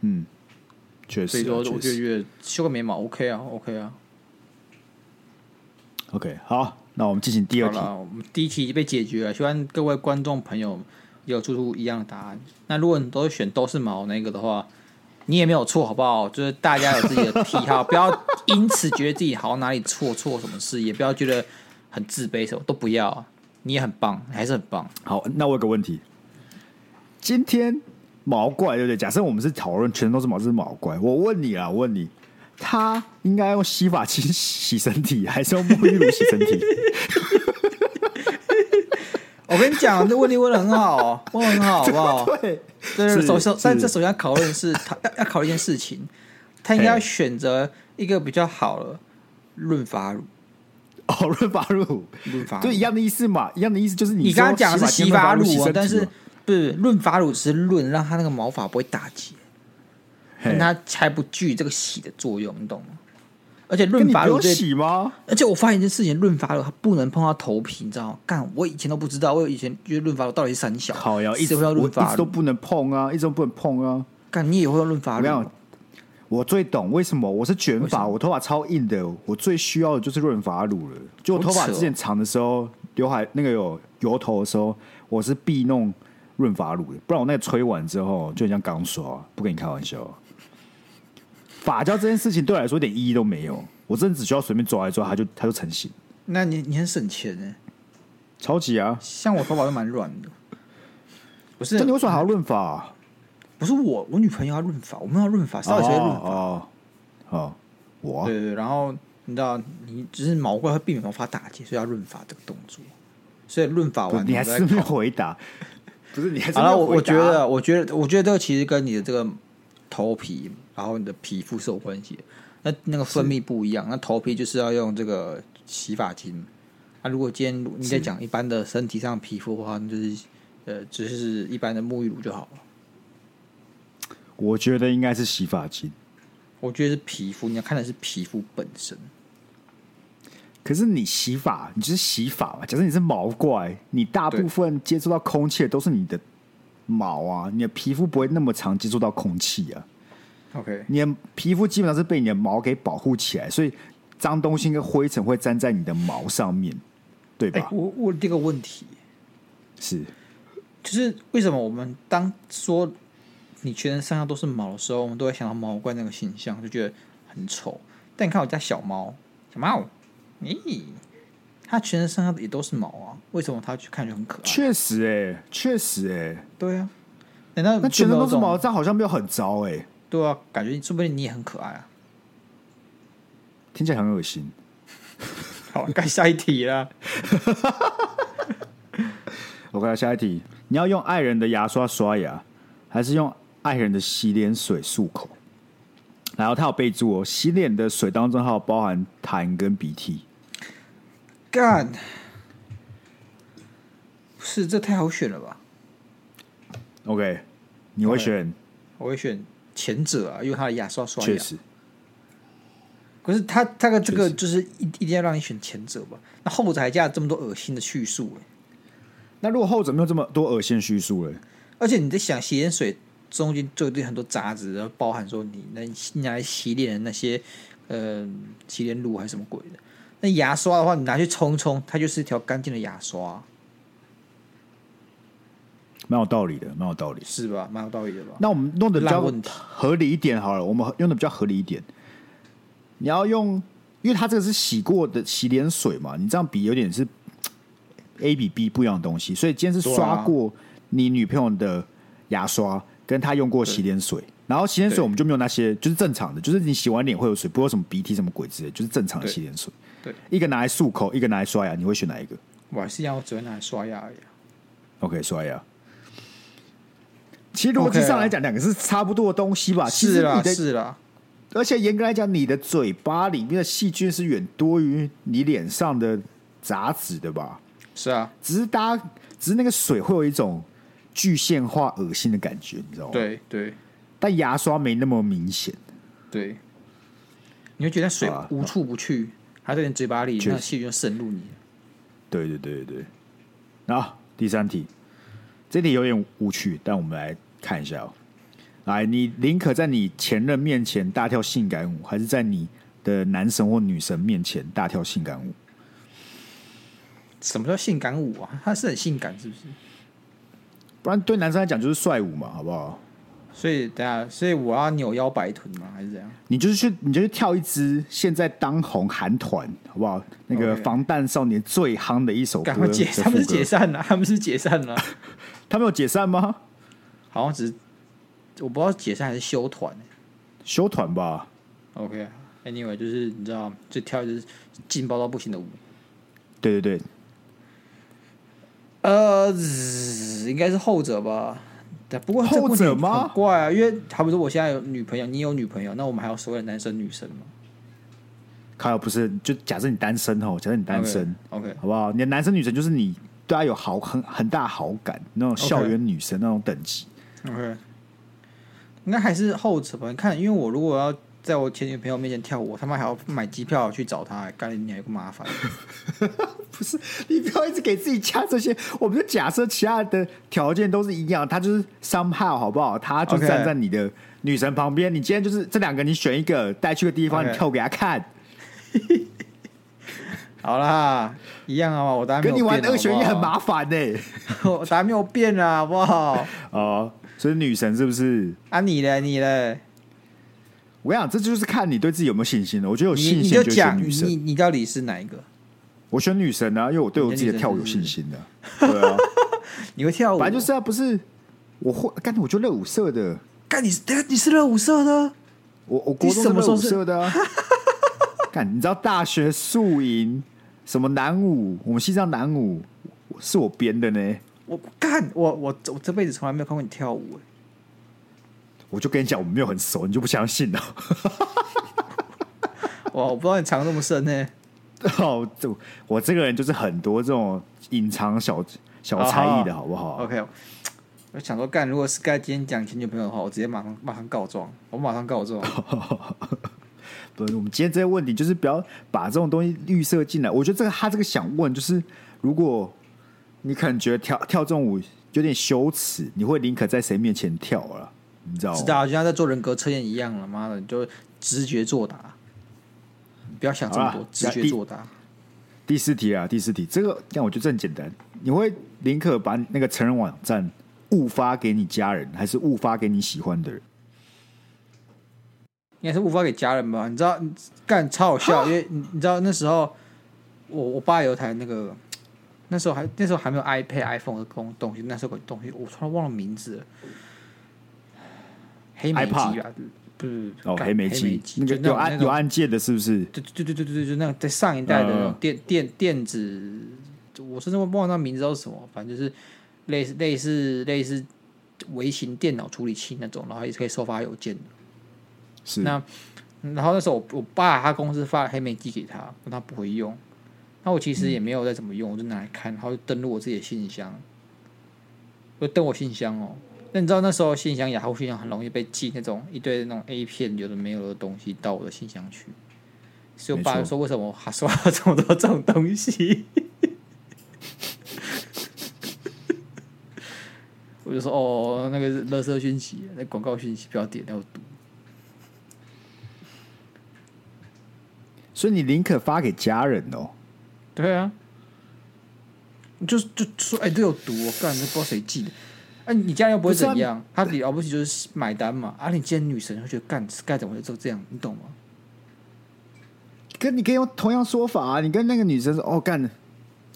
[SPEAKER 2] 嗯，确
[SPEAKER 1] 所以
[SPEAKER 2] 实啊，
[SPEAKER 1] 说，我
[SPEAKER 2] 确
[SPEAKER 1] 就
[SPEAKER 2] 实。
[SPEAKER 1] 觉得修个眉毛 OK 啊，OK 啊。
[SPEAKER 2] OK，好，那我们进行第二
[SPEAKER 1] 好
[SPEAKER 2] 题。
[SPEAKER 1] 了，我们第一题已经被解决了，希望各位观众朋友也有做出一样的答案。那如果你都选都是毛那个的话，你也没有错，好不好？就是大家有自己的癖好，不要因此觉得自己好像哪里错错什么事，也不要觉得很自卑，什么都不要啊。你也很棒，你还是很棒。
[SPEAKER 2] 好，那我有个问题，今天毛怪对不对？假设我们是讨论全都是毛，这是毛怪。我问你啊，我问你，他应该用洗发精洗身体，还是用沐浴露洗身 体？
[SPEAKER 1] 我跟你讲，这问题问的很好哦，问的很好，好不好？
[SPEAKER 2] 对，
[SPEAKER 1] 对，
[SPEAKER 2] 是
[SPEAKER 1] 首首，但
[SPEAKER 2] 是
[SPEAKER 1] 这首先要考虑的是，他要要考虑一件事情，他应该要选择一个比较好的润发乳，
[SPEAKER 2] 哦，润发露，
[SPEAKER 1] 润发乳
[SPEAKER 2] 对，一样的意思嘛，一样的意思就是你
[SPEAKER 1] 你刚刚讲的
[SPEAKER 2] 说
[SPEAKER 1] 是洗发
[SPEAKER 2] 精
[SPEAKER 1] 乳
[SPEAKER 2] 洗
[SPEAKER 1] 啊
[SPEAKER 2] 身，体
[SPEAKER 1] 但是
[SPEAKER 2] 嘛
[SPEAKER 1] 不是润发乳只是润，让它那个毛发不会打结，
[SPEAKER 2] 嘿
[SPEAKER 1] 但它还不具这个洗的作用，你懂吗？而且
[SPEAKER 2] 跟
[SPEAKER 1] 润
[SPEAKER 2] 你
[SPEAKER 1] 发
[SPEAKER 2] 不
[SPEAKER 1] 乳
[SPEAKER 2] 用
[SPEAKER 1] 这，
[SPEAKER 2] 洗吗？
[SPEAKER 1] 而且我发现一件事情，润发乳它不能碰到头皮，你知道吗？干，我以前都不知道，我以前觉得润发乳到底是三小，
[SPEAKER 2] 好呀，一
[SPEAKER 1] 谁
[SPEAKER 2] 直
[SPEAKER 1] 会要
[SPEAKER 2] 我
[SPEAKER 1] 润
[SPEAKER 2] 一
[SPEAKER 1] 发
[SPEAKER 2] 直都
[SPEAKER 1] 乳？
[SPEAKER 2] 不能碰啊，一直都不能碰啊。
[SPEAKER 1] 干，你也会用润发
[SPEAKER 2] 我
[SPEAKER 1] 乳
[SPEAKER 2] 跟你
[SPEAKER 1] 哦
[SPEAKER 2] 讲？我最懂为什么我是卷发，我头发超硬的，我最需要的就是润发乳了。就我头发
[SPEAKER 1] 好扯哦
[SPEAKER 2] 之前长的时候，刘海那个有油头的时候，我是必弄润发乳的，不然我那个吹完之后就很像刚刷，不跟你开玩笑。发胶这件事情对我来说一点意义都没有，我真的只需要随便抓一抓，它就它就成型，
[SPEAKER 1] 那你你很省钱呢、
[SPEAKER 2] 超级啊！
[SPEAKER 1] 像我头发都蛮软的，不是
[SPEAKER 2] 那你为什么还要润发、啊？
[SPEAKER 1] 不是我，我女朋友要润发，我们要润发，稍微学润发。
[SPEAKER 2] 哦哦哦，我啊
[SPEAKER 1] 对对对，然后你知道，你只是毛怪会避免毛发打结，所以要润发这个动作。所以润发
[SPEAKER 2] 不是
[SPEAKER 1] 完，
[SPEAKER 2] 你还
[SPEAKER 1] 我们
[SPEAKER 2] 是
[SPEAKER 1] 再
[SPEAKER 2] 没有回答，不是你还是
[SPEAKER 1] 好
[SPEAKER 2] 没
[SPEAKER 1] 了，
[SPEAKER 2] 有
[SPEAKER 1] 我
[SPEAKER 2] 回
[SPEAKER 1] 我
[SPEAKER 2] 答啊
[SPEAKER 1] 觉得，我觉得，我觉得这个其实跟你的这个头皮，然后你的皮肤是有关系的。那那个分泌不一样，那头皮就是要用这个洗发精。那、如果今天你在
[SPEAKER 2] 是
[SPEAKER 1] 讲一般的身体上皮肤的话，那就是呃，只是一般的沐浴乳就好了。
[SPEAKER 2] 我觉得应该是洗发精。
[SPEAKER 1] 我觉得是皮肤，你要看的是皮肤本身。
[SPEAKER 2] 可是你洗发，你就是洗发嘛。假设你是毛怪，你大部分接触到空气的都是你的毛啊，你的皮肤不会那么常接触到空气啊。
[SPEAKER 1] OK，
[SPEAKER 2] 你的皮肤基本上是被你的毛给保护起来，所以脏东西跟灰尘会粘在你的毛上面，对
[SPEAKER 1] 哎、
[SPEAKER 2] 吧？
[SPEAKER 1] 我我这个问题，
[SPEAKER 2] 是
[SPEAKER 1] 就是为什么我们当说你全身上下都是毛的时候，我们都会想到毛怪那个形象，就觉得很丑。但你看我家小猫，小猫，咦，它全身上下也都是毛啊，为什么它就看起来很可爱？啊
[SPEAKER 2] 确实哎、确实哎、
[SPEAKER 1] 对啊，难道
[SPEAKER 2] 那全身
[SPEAKER 1] 就没有
[SPEAKER 2] 都是毛，
[SPEAKER 1] 这种？
[SPEAKER 2] 这样好像没有很糟哎、
[SPEAKER 1] 对啊，感觉说不定你也很可爱啊。
[SPEAKER 2] 听起来很恶心。
[SPEAKER 1] 好，啊该下一题啦。
[SPEAKER 2] 我看下一题，你要用爱人的牙刷刷牙，还是用爱人的洗脸水漱口？然后他有备注哦，洗脸的水当中还有包含痰跟鼻涕。
[SPEAKER 1] 干，不是这太好选了吧？
[SPEAKER 2] OK，你会选？
[SPEAKER 1] 我会选前者啊，因为它的牙刷刷
[SPEAKER 2] 确
[SPEAKER 1] 牙。
[SPEAKER 2] 实，
[SPEAKER 1] 可是他他的这
[SPEAKER 2] 确
[SPEAKER 1] 个
[SPEAKER 2] 实
[SPEAKER 1] 就是一一定要让你选前者吧？那后者还加了这么多恶心的叙述、欸，
[SPEAKER 2] 那如果后者没有这么多恶心叙述嘞？
[SPEAKER 1] 而且你在想洗脸水中间就一定很多杂质，然后包含说你那你拿来洗脸的那些呃洗脸乳还是什么鬼的。那牙刷的话，你拿去冲一冲，它就是一条干净的牙刷，
[SPEAKER 2] 蛮有道理的，蛮有道理。
[SPEAKER 1] 是吧？蛮有道理的吧？
[SPEAKER 2] 那我们弄得比
[SPEAKER 1] 烂
[SPEAKER 2] 较
[SPEAKER 1] 问题
[SPEAKER 2] 合理一点好了，我们用的比较合理一点。你要用，因为它这个是洗过的洗脸水嘛，你这样比有点是 A 比 B 不一样的东西，所以今天是
[SPEAKER 1] 对啊
[SPEAKER 2] 刷过你女朋友的牙刷，跟她用过洗脸水，然后洗脸水
[SPEAKER 1] 对
[SPEAKER 2] 我们就没有那些，就是正常的，就是你洗完脸会有水，不会有什么鼻涕什么鬼之类，就是正常的
[SPEAKER 1] 对
[SPEAKER 2] 洗脸水。
[SPEAKER 1] 对，
[SPEAKER 2] 一个拿来漱口，一个拿来刷牙，你会选哪一个？
[SPEAKER 1] 我还是一样，我只会拿来刷牙而已啊。
[SPEAKER 2] OK，刷牙。其实逻辑
[SPEAKER 1] OK 啊
[SPEAKER 2] 上来讲，两个是差不多的东西吧。其实
[SPEAKER 1] 是啊啦，
[SPEAKER 2] 你的，
[SPEAKER 1] 是啦，
[SPEAKER 2] 而且严格来讲，你的嘴巴里面的细菌是远多于你脸上的杂质的吧？
[SPEAKER 1] 是啊，
[SPEAKER 2] 只是大家，只是那个水会有一种具现化、恶心的感觉，你知道吗？。
[SPEAKER 1] 对对
[SPEAKER 2] 但牙刷没那么明显。
[SPEAKER 1] 对，你会觉得水
[SPEAKER 2] 好啊
[SPEAKER 1] 无处不去，还在你嘴巴里，
[SPEAKER 2] 确
[SPEAKER 1] 那
[SPEAKER 2] 实
[SPEAKER 1] 细菌就渗入你了。
[SPEAKER 2] 对对对对对。然后第三题，这题有点无趣，但我们来看一下哦。来，你宁可在你前任面前大跳性感舞，还是在你的男神或女神面前大跳性感舞？
[SPEAKER 1] 什么叫性感舞啊？他是很性感是不是？
[SPEAKER 2] 不然对男生来讲就是帅舞嘛，好不好？
[SPEAKER 1] 所以等下，所以我要扭腰摆臀吗？还是怎样？
[SPEAKER 2] 你就是去，你就去跳一支现在当红韩团，好不好？那个
[SPEAKER 1] OK
[SPEAKER 2] 防弹少年最夯的一首歌
[SPEAKER 1] 赶快解，
[SPEAKER 2] 的
[SPEAKER 1] 他们是
[SPEAKER 2] 副歌
[SPEAKER 1] 解散了，他们是解散了，
[SPEAKER 2] 他们有解散吗？
[SPEAKER 1] 好像只是我不知道解散还是休团。
[SPEAKER 2] 休团吧。
[SPEAKER 1] OK，Anyway，、就是你知道，就跳就是劲爆到不行的舞。
[SPEAKER 2] 对对对，
[SPEAKER 1] 呃，嘶应该是后者吧。但不过这个问题
[SPEAKER 2] 后者吗
[SPEAKER 1] 很怪啊，因为好比说我现在有女朋友，你有女朋友，那我们还要所谓的男生女生吗？
[SPEAKER 2] 靠，不是，就假设你单身哦，假设你单身
[SPEAKER 1] OK，, o k
[SPEAKER 2] 好不好？你的男生女神就是你对他有好很很大好感，那种
[SPEAKER 1] OK
[SPEAKER 2] 校园女神那种等级。
[SPEAKER 1] OK，应该还是后者吧。你看，因为我如果要在我前女朋友面前跳舞，我他妈还要买机票去找她，干你娘有个麻 烦。
[SPEAKER 2] 不是， 你不要一直给自己加这些，我们就假设其他的条件都是一样，他就是 somehow 好不好？他就
[SPEAKER 1] OK
[SPEAKER 2] 站在你的女神旁边，你今天就是这两个，你选一个带去个地方，
[SPEAKER 1] OK
[SPEAKER 2] 你跳给他看，
[SPEAKER 1] 好啦，一样啊，我答案没
[SPEAKER 2] 跟
[SPEAKER 1] 有
[SPEAKER 2] 你
[SPEAKER 1] 变啊。
[SPEAKER 2] 玩二选一
[SPEAKER 1] 好
[SPEAKER 2] 很
[SPEAKER 1] 不好
[SPEAKER 2] 麻烦呢、
[SPEAKER 1] 我答案没有变啊，好不好？
[SPEAKER 2] 哦，所以女神是不是？
[SPEAKER 1] 啊，你嘞，你嘞，
[SPEAKER 2] 我跟你讲，这就是看你对自己有没有信心了。我觉得有
[SPEAKER 1] 你
[SPEAKER 2] 信
[SPEAKER 1] 你
[SPEAKER 2] 心
[SPEAKER 1] 就
[SPEAKER 2] 就
[SPEAKER 1] 讲
[SPEAKER 2] 选
[SPEAKER 1] 你
[SPEAKER 2] 女神，
[SPEAKER 1] 你到底是哪一个？
[SPEAKER 2] 我选女神啊，因为我对我自己的跳舞有信心的、对
[SPEAKER 1] 哦
[SPEAKER 2] 啊，
[SPEAKER 1] 你会跳舞？
[SPEAKER 2] 反正就是啊，不是我会，干我就热舞社的，
[SPEAKER 1] 干你是，等一下你是热舞社的，
[SPEAKER 2] 我我国中
[SPEAKER 1] 你什么时
[SPEAKER 2] 热
[SPEAKER 1] 候
[SPEAKER 2] 舞
[SPEAKER 1] 是
[SPEAKER 2] 社 的啊。干，你知道大学宿营什么男舞，我们西藏男舞是我编的呢。
[SPEAKER 1] 我干我我我这辈子从来没有看过你跳舞、欸，
[SPEAKER 2] 我就跟你讲，我们没有很熟，你就不相信了。
[SPEAKER 1] 哇，我不知道你藏那么深呢、
[SPEAKER 2] 哦，这我这个人就是很多这种隐藏小小才艺
[SPEAKER 1] 啊
[SPEAKER 2] 的好不好？
[SPEAKER 1] OK，我想说干，如果 Sky 今天讲前女朋友的话，我直接马上马上告状，我马上告状。
[SPEAKER 2] 不，我们今天这些问题就是不要把这种东西预设进来。我觉得这个他这个想问就是，如果你可能觉得跳跳这种舞有点羞耻，你会宁可在谁面前跳啊？你知道吗？
[SPEAKER 1] 知道，就像在做人格测验一样了，妈的，你就直觉作答，不要想这么
[SPEAKER 2] 好
[SPEAKER 1] 多
[SPEAKER 2] 啦，
[SPEAKER 1] 直觉作答。
[SPEAKER 2] 第四题啊，第四题，这个但我觉得这很简单。你会宁可把那个成人网站误发给你家人，还是误发给你喜欢的人？
[SPEAKER 1] 应该是无法给家人吧？你知道，你干超好笑，因为你你知道那时候我我爸有台那个，那时候还那时候还没有 iPad、iPhone 的东东西，那时候有个东西我突然忘了名字了，黑莓机吧？不是
[SPEAKER 2] 哦，黑莓机，那个
[SPEAKER 1] 就那
[SPEAKER 2] 有啊
[SPEAKER 1] 种
[SPEAKER 2] 按有，按键的，是不是？
[SPEAKER 1] 对对对对对对，就那种在上一代的那种电电电子，我甚至忘了那名字叫什么，反正就是类似类似类似微型电脑处理器那种，然后也是可以收发邮件的。
[SPEAKER 2] 是。
[SPEAKER 1] 那然后那时候我我爸他公司发了黑莓机给他，但他不会用。那我其实也没有再怎么用，我就拿来看，然后就登录我自己的信箱，就登我信箱哦。那你知道那时候信箱雅虎信箱很容易被寄那种一堆那种 A 片有的没有的东西到我的信箱去，所以我爸
[SPEAKER 2] 没
[SPEAKER 1] 就
[SPEAKER 2] 错
[SPEAKER 1] 说为什么我还收到这么多这种东西？ 我就说哦，那个是垃圾讯息，那广告讯息不要点，要读。
[SPEAKER 2] 所以你宁可发给家人哦。
[SPEAKER 1] 对啊，你就就说哎、这有毒、哦，干这不知道谁寄的。哎、你家人又不会
[SPEAKER 2] 不是啊
[SPEAKER 1] 怎样，他了不起就是买单嘛。啊，你今天女神会觉得干该怎么会就这样，你懂吗？
[SPEAKER 2] 跟你可以用同样说法啊，你跟那个女生说哦干，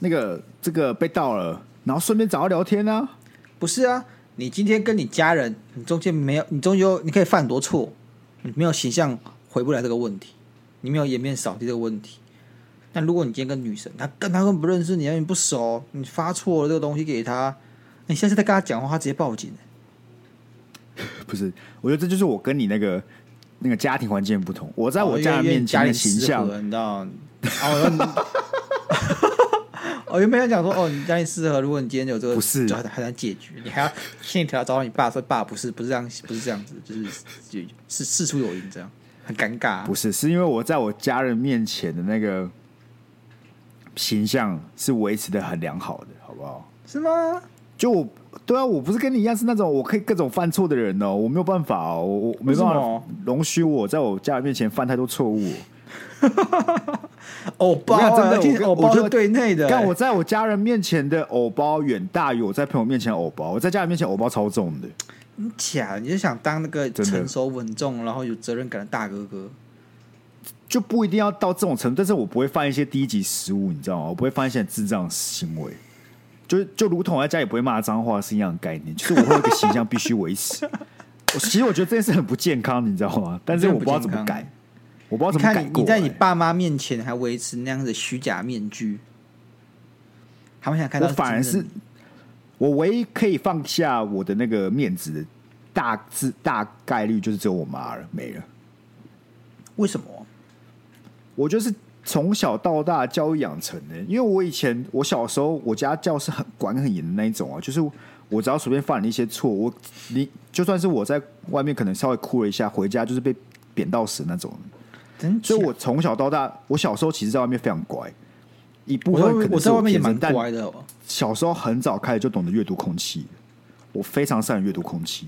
[SPEAKER 2] 那个这个被盗了，然后顺便找她聊天啊。
[SPEAKER 1] 不是啊，你今天跟你家人，你中间没有，你终究你可以犯很多错，你没有形象回不来这个问题，你没有颜面扫地这个问题。那如果你今天跟女神，她跟她根本不认识你，你不熟，你发错了这个东西给她，你下次再跟她讲话，她直接报警。
[SPEAKER 2] 不是，我觉得这就是我跟你那个那个家庭环境不同。我在
[SPEAKER 1] 在
[SPEAKER 2] 我家人面前的形象，
[SPEAKER 1] 你知道？哦，我原本想讲说，哦，你家里适合，如果你今天有这个，
[SPEAKER 2] 不是
[SPEAKER 1] 就还还想解决，你还要线条找到你爸说，爸不是不是这样，不是这样子，就是就是事出有因这样，很尴尬、啊
[SPEAKER 2] 不是，是因为我在我家人面前的那个形象是维持的很良好的，好不好？
[SPEAKER 1] 是吗？
[SPEAKER 2] 就我对啊，我不是跟你一样是那种我可以各种犯错的人哦，我没有办法哦、我我没
[SPEAKER 1] 为什
[SPEAKER 2] 办
[SPEAKER 1] 么
[SPEAKER 2] 法容许我在我家人面前犯太多错误。
[SPEAKER 1] 偶包啊，
[SPEAKER 2] 我跟你讲真的
[SPEAKER 1] 听
[SPEAKER 2] 我跟
[SPEAKER 1] 偶包
[SPEAKER 2] 我就是
[SPEAKER 1] 对内的、
[SPEAKER 2] 但
[SPEAKER 1] 欸
[SPEAKER 2] 我在我家人面前的偶包远大于我在朋友面前的偶包，我在家人面前偶包超重的。
[SPEAKER 1] 你假，你就想当那个
[SPEAKER 2] 真的
[SPEAKER 1] 成熟稳重，然后有责任感的大哥哥。
[SPEAKER 2] 就不一定要到这种程度，但是我不会犯一些低级失误，你知道吗？我不会犯一些智障行为，就就如同我在家里不会骂脏话是一样的概念，就是我会有一个形象必须 维持。我其实我觉得这件事很不健康，你知道吗？但是我不知道怎么改，我不知道
[SPEAKER 1] 你
[SPEAKER 2] 怎么
[SPEAKER 1] 看
[SPEAKER 2] 改
[SPEAKER 1] 你，
[SPEAKER 2] 过
[SPEAKER 1] 你在你
[SPEAKER 2] 来
[SPEAKER 1] 爸妈面前还维持那样的虚假面具，他们想看
[SPEAKER 2] 我
[SPEAKER 1] 到
[SPEAKER 2] 反
[SPEAKER 1] 真
[SPEAKER 2] 而
[SPEAKER 1] 正
[SPEAKER 2] 是
[SPEAKER 1] 的你
[SPEAKER 2] 我唯一可以放下我的那个面子的大致大概率就是只有我妈了，没了。
[SPEAKER 1] 为什么？
[SPEAKER 2] 我就是从小到大教育养成的，因为我以前我小时候我家教是很管很严的那一种啊，就是我只要随便犯了一些错，我你就算是我在外面可能稍微哭了一下，回家就是被扁到死那种。
[SPEAKER 1] 真假
[SPEAKER 2] 所以我从小到大，我小时候其实在外面非常乖，一部
[SPEAKER 1] 我在
[SPEAKER 2] 分可
[SPEAKER 1] 外
[SPEAKER 2] 能
[SPEAKER 1] 我
[SPEAKER 2] 是
[SPEAKER 1] 在外面也
[SPEAKER 2] 天生
[SPEAKER 1] 蛮
[SPEAKER 2] 但
[SPEAKER 1] 乖的、哦，
[SPEAKER 2] 小时候很早开始就懂得阅读空气，我非常善于阅读空气。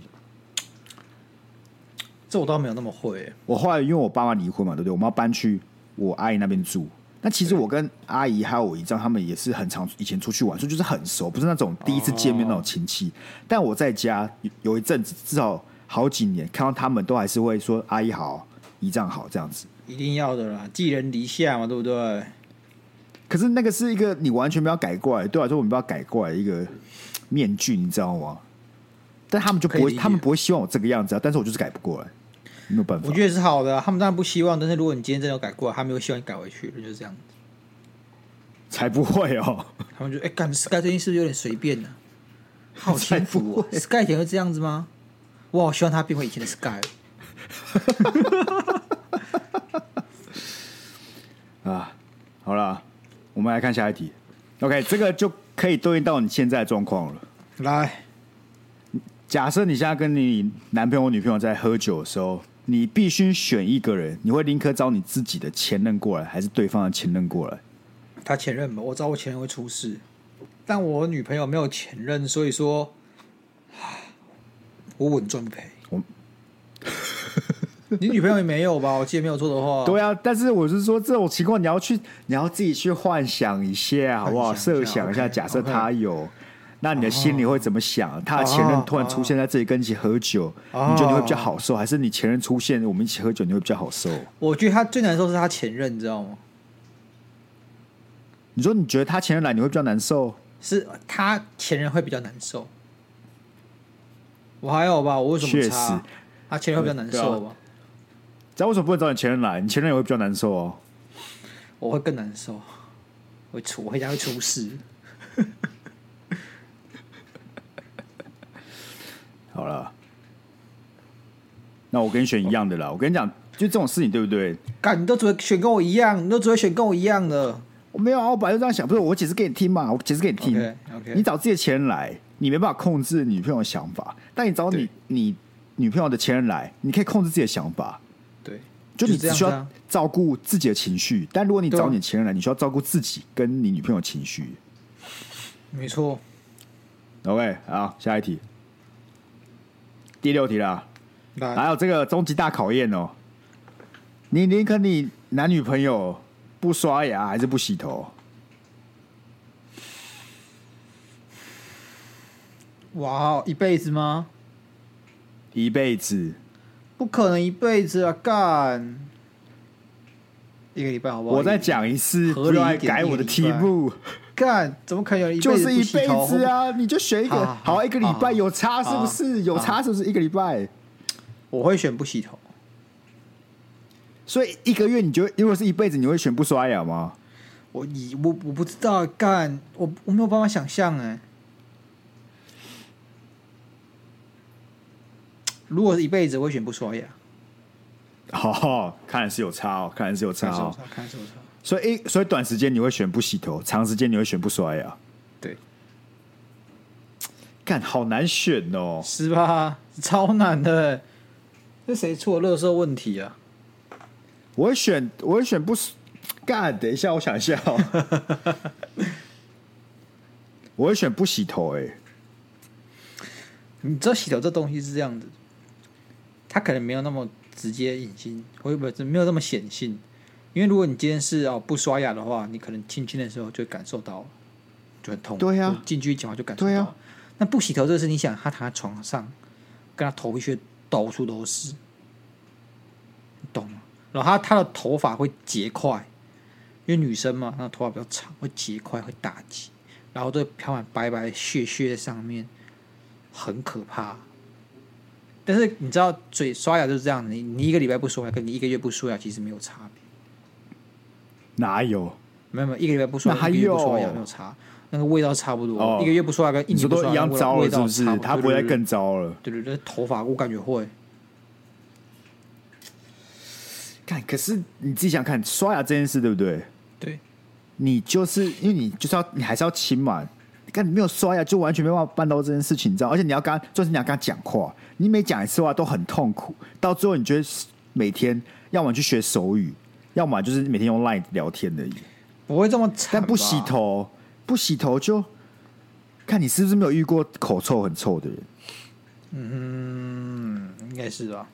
[SPEAKER 1] 这我倒没有那么会欸、
[SPEAKER 2] 我后来因为我爸妈离婚嘛，对不对？我妈搬去我阿姨那边住。那其实我跟阿姨还有我姨丈他们也是很常以前出去玩，所以就是很熟，不是那种第一次见面那种亲戚。但我在家有有一阵子，至少好几年，看到他们都还是会说阿姨好、姨丈好这样子。
[SPEAKER 1] 一定要的啦，寄人篱下嘛，对不对？
[SPEAKER 2] 可是那个是一个你完全没有改过来，对我啊来说我们不要改过来的一个面具，你知道吗？但他们就不
[SPEAKER 1] 可以
[SPEAKER 2] 会，
[SPEAKER 1] 理解
[SPEAKER 2] 他们不会希望我这个样子啊，但是我就是改不过来，没有办法。
[SPEAKER 1] 我觉得也是好的啊、他们当然不希望，但是如果你今天真的有改过来，他们又希望你改回去，就是这样。
[SPEAKER 2] 才不会哦。
[SPEAKER 1] 他们就哎，感、Sky 最近是不是有点随便呢、好幸福哦！Sky 以前会这样子吗？我好希望他变回以前的 Sky 哦。
[SPEAKER 2] 啊，好啦，我们来看下一题。OK，这个就可以对应到你现在的状况了。
[SPEAKER 1] 来，
[SPEAKER 2] 假设你现在跟你男朋友、女朋友在喝酒的时候，你必须选一个人，你会宁可找你自己的前任过来，还是对方的前任过来？
[SPEAKER 1] 他前任吧，我知道我前任会出事，但我女朋友没有前任，所以说，唉我稳赚不赔。
[SPEAKER 2] 我
[SPEAKER 1] 你女朋友也没有吧？我记得没有错的话，
[SPEAKER 2] 对啊，但是我是说这种情况，你要去，你要自己去幻想一下，好不好？
[SPEAKER 1] 幻想一
[SPEAKER 2] 设
[SPEAKER 1] 下
[SPEAKER 2] 想一下，
[SPEAKER 1] OK，
[SPEAKER 2] 假设
[SPEAKER 1] 哦 OK
[SPEAKER 2] 他有，那你的心里会怎么想？他的前任突然出现在这里跟你一起喝酒，
[SPEAKER 1] 哦
[SPEAKER 2] 你觉得你会比较好受，还是你前任出现我们一起喝酒，你会比较好受？
[SPEAKER 1] 我觉得他最难受是他前任，你知道吗？
[SPEAKER 2] 你说你觉得他前任来你会比较难受？
[SPEAKER 1] 是他前任会比较难受。我还有吧，我为什
[SPEAKER 2] 确
[SPEAKER 1] 么
[SPEAKER 2] 实啊
[SPEAKER 1] 差啊？他前任会比较难受吧？
[SPEAKER 2] 知道为什么不能找你前任来？你前任也会比较难受哦。
[SPEAKER 1] 我会更难受，会出我回家会出事。
[SPEAKER 2] 好了，那我跟你选一样的啦。我跟你讲，就这种事情对不对？
[SPEAKER 1] 干，你都只会选跟我一样，你都只会选跟我一样的。
[SPEAKER 2] 我没有啊，我本来就这样想，不是我解释给你听嘛，我解释给你听。
[SPEAKER 1] OK，OK
[SPEAKER 2] 你找自己的前任来，你没办法控制女朋友的想法，但你找你
[SPEAKER 1] 对
[SPEAKER 2] 你女朋友的前任来，你可以控制自己的想法。
[SPEAKER 1] 对，
[SPEAKER 2] 就你
[SPEAKER 1] 是这
[SPEAKER 2] 只
[SPEAKER 1] 样
[SPEAKER 2] 需
[SPEAKER 1] 子
[SPEAKER 2] 要
[SPEAKER 1] 啊。
[SPEAKER 2] 照顾自己的情绪，但如果你
[SPEAKER 1] 对啊
[SPEAKER 2] 找你前任来，你需要照顾自己跟你女朋友的情绪。
[SPEAKER 1] 没错，
[SPEAKER 2] OK，好，下一题，第六题啦。
[SPEAKER 1] 来
[SPEAKER 2] 还有这个终极大考验哦，你宁可你男女朋友不刷牙还是不洗头？
[SPEAKER 1] 哇，一辈子吗？
[SPEAKER 2] 一辈子，
[SPEAKER 1] 不可能一辈子啊！干，一个礼拜好不好？
[SPEAKER 2] 我再讲一次，
[SPEAKER 1] 合
[SPEAKER 2] 不
[SPEAKER 1] 理
[SPEAKER 2] 要来
[SPEAKER 1] 一点
[SPEAKER 2] 改我的题目，
[SPEAKER 1] 干，怎么可能有人一辈
[SPEAKER 2] 就
[SPEAKER 1] 子
[SPEAKER 2] 是一
[SPEAKER 1] 不洗
[SPEAKER 2] 辈
[SPEAKER 1] 头
[SPEAKER 2] 子！啊！你就选一
[SPEAKER 1] 好
[SPEAKER 2] 个，
[SPEAKER 1] 好
[SPEAKER 2] 好，
[SPEAKER 1] 好
[SPEAKER 2] 一个礼拜
[SPEAKER 1] 好
[SPEAKER 2] 有差是不是？
[SPEAKER 1] 好
[SPEAKER 2] 有差是不是？一个礼拜，
[SPEAKER 1] 我会选不洗头。
[SPEAKER 2] 所以一个月你就如果是一辈子，你会选不刷牙吗？
[SPEAKER 1] 我以我我不知道干，我我没有办法想象哎。如果是一辈子，我会选不刷牙。
[SPEAKER 2] 哦，看来是有差哦，看来是有差
[SPEAKER 1] 看手
[SPEAKER 2] 哦
[SPEAKER 1] 上。，看手上。
[SPEAKER 2] 所以一所以短时间你会选不洗头，长时间你会选不刷牙。
[SPEAKER 1] 对，
[SPEAKER 2] 干，好难选哦。
[SPEAKER 1] 是吧？超难的欸，这谁出的垃圾问题啊？
[SPEAKER 2] 我会选，我会选不干。等一下，我想一下、哦。我会选不洗头、欸，哎，
[SPEAKER 1] 你知道洗头这东西是这样子，它可能没有那么直接隐性，或者不是没有那么显性。因为如果你今天是哦不刷牙的话，你可能亲亲的时候就会感受到，就很痛。
[SPEAKER 2] 对啊
[SPEAKER 1] 就进去一讲话就感受到。
[SPEAKER 2] 对啊
[SPEAKER 1] 那不洗头这个事，你想他躺在床上，跟他头皮屑到处都是，你懂吗？然后他他的头发会结块，因为女生嘛，那头发比较长，会结块会打结，然后都会飘满白白的屑屑在上面，很可怕。但是你知道，嘴刷牙就是这样的，你你一个礼拜不刷牙，跟你一个月不刷牙其实没有差别。
[SPEAKER 2] 哪有？
[SPEAKER 1] 没有没有，一个礼拜不刷牙，
[SPEAKER 2] 哪
[SPEAKER 1] 一个月不刷
[SPEAKER 2] 有
[SPEAKER 1] 牙没有差，那个味道差不多。
[SPEAKER 2] 哦
[SPEAKER 1] 一个月不刷牙跟一
[SPEAKER 2] 你
[SPEAKER 1] 年
[SPEAKER 2] 说
[SPEAKER 1] 不
[SPEAKER 2] 都
[SPEAKER 1] 刷
[SPEAKER 2] 一
[SPEAKER 1] 牙
[SPEAKER 2] 样
[SPEAKER 1] 味道
[SPEAKER 2] 糟了，
[SPEAKER 1] 味
[SPEAKER 2] 是
[SPEAKER 1] 道
[SPEAKER 2] 不是
[SPEAKER 1] 差？多
[SPEAKER 2] 它不会再。
[SPEAKER 1] 对对
[SPEAKER 2] 更糟了。
[SPEAKER 1] 对对对，头发我感觉会，
[SPEAKER 2] 看，可是你自己想看刷牙这件事，对不对？
[SPEAKER 1] 对，
[SPEAKER 2] 你就是因为你就是要你还是要亲嘛，但你没有刷牙就完全没办法办到这件事情，你知道？而且你要跟他，就是你要跟他讲话，你每讲一次话都很痛苦，到最后你觉得每天要么去学手语，要么就是每天用 Line 聊天而已。
[SPEAKER 1] 不啊会这么惨。
[SPEAKER 2] 但不洗，头，不洗头就看你是不是没有遇过口臭很臭的人。
[SPEAKER 1] 嗯，应该是吧。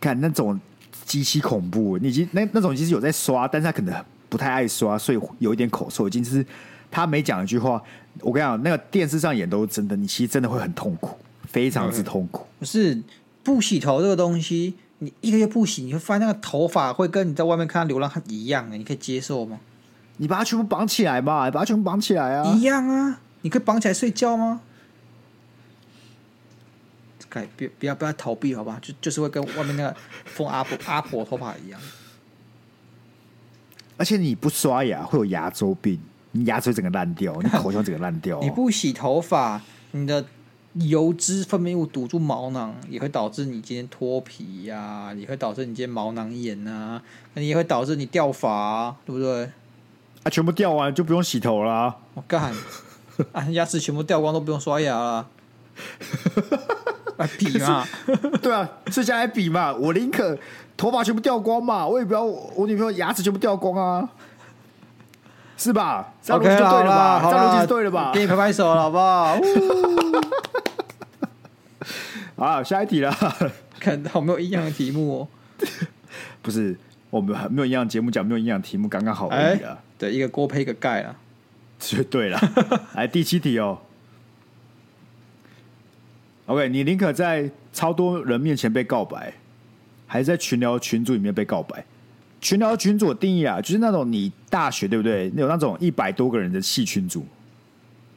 [SPEAKER 2] 看那种极其恐怖，你已经那那种其实有在刷，但是他可能不太爱刷，所以有一点口臭，已经是他每讲一句话，我跟你讲，那个电视上演都是真的，你其实真的会很痛苦，非常之痛苦。
[SPEAKER 1] 不是不洗头这个东西，你一个月不洗，你会发现那个头发会跟你在外面看到流浪汉一样的，你可以接受吗？
[SPEAKER 2] 你把它全部绑起来嘛，把它全部绑起来啊
[SPEAKER 1] 一！样啊，你可以绑起来睡觉吗？改别不要不要逃避，好吧？就就是会跟外面那个疯阿婆阿婆头发一样。
[SPEAKER 2] 而且你不刷牙会有牙周病，你牙齿会整个烂掉，你口腔整个烂掉、
[SPEAKER 1] 你不洗头发，你的油脂分泌物堵住毛囊，也会导致你今天脱皮呀、也会导致你今天毛囊炎啊，那也会导致你掉发、啊，对不对？
[SPEAKER 2] 啊，全部掉完就不用洗头啦、
[SPEAKER 1] 我、 干，啊，牙齿全部掉光都不用刷牙 了，啊，屁嘛！
[SPEAKER 2] 对啊，这加来比嘛，我宁可头发全部掉光嘛，我也不要我女朋友牙齿全部掉光啊，是吧？这样逻
[SPEAKER 1] OK
[SPEAKER 2] 辑就
[SPEAKER 1] 啦，
[SPEAKER 2] 对
[SPEAKER 1] 好
[SPEAKER 2] 了
[SPEAKER 1] 啦，
[SPEAKER 2] 吧？
[SPEAKER 1] 好
[SPEAKER 2] 这样逻辑
[SPEAKER 1] 啦，
[SPEAKER 2] 是对了吧
[SPEAKER 1] 给？你拍拍手了，好不 好？
[SPEAKER 2] 啊，下一题啦，
[SPEAKER 1] 看到没有一样的题目哦。
[SPEAKER 2] 不是我们没有营养节目讲，没有营养题目，刚刚好而
[SPEAKER 1] 哎
[SPEAKER 2] 已啊，，
[SPEAKER 1] 对，一个锅配一个盖啊。
[SPEAKER 2] 绝对了。来第七题哦。OK，你宁可在超多人面前被告白，还是在群聊群组里面被告白？群聊群组的定义啊，就是那种你大学对不对？有那种一百多个人的系群组，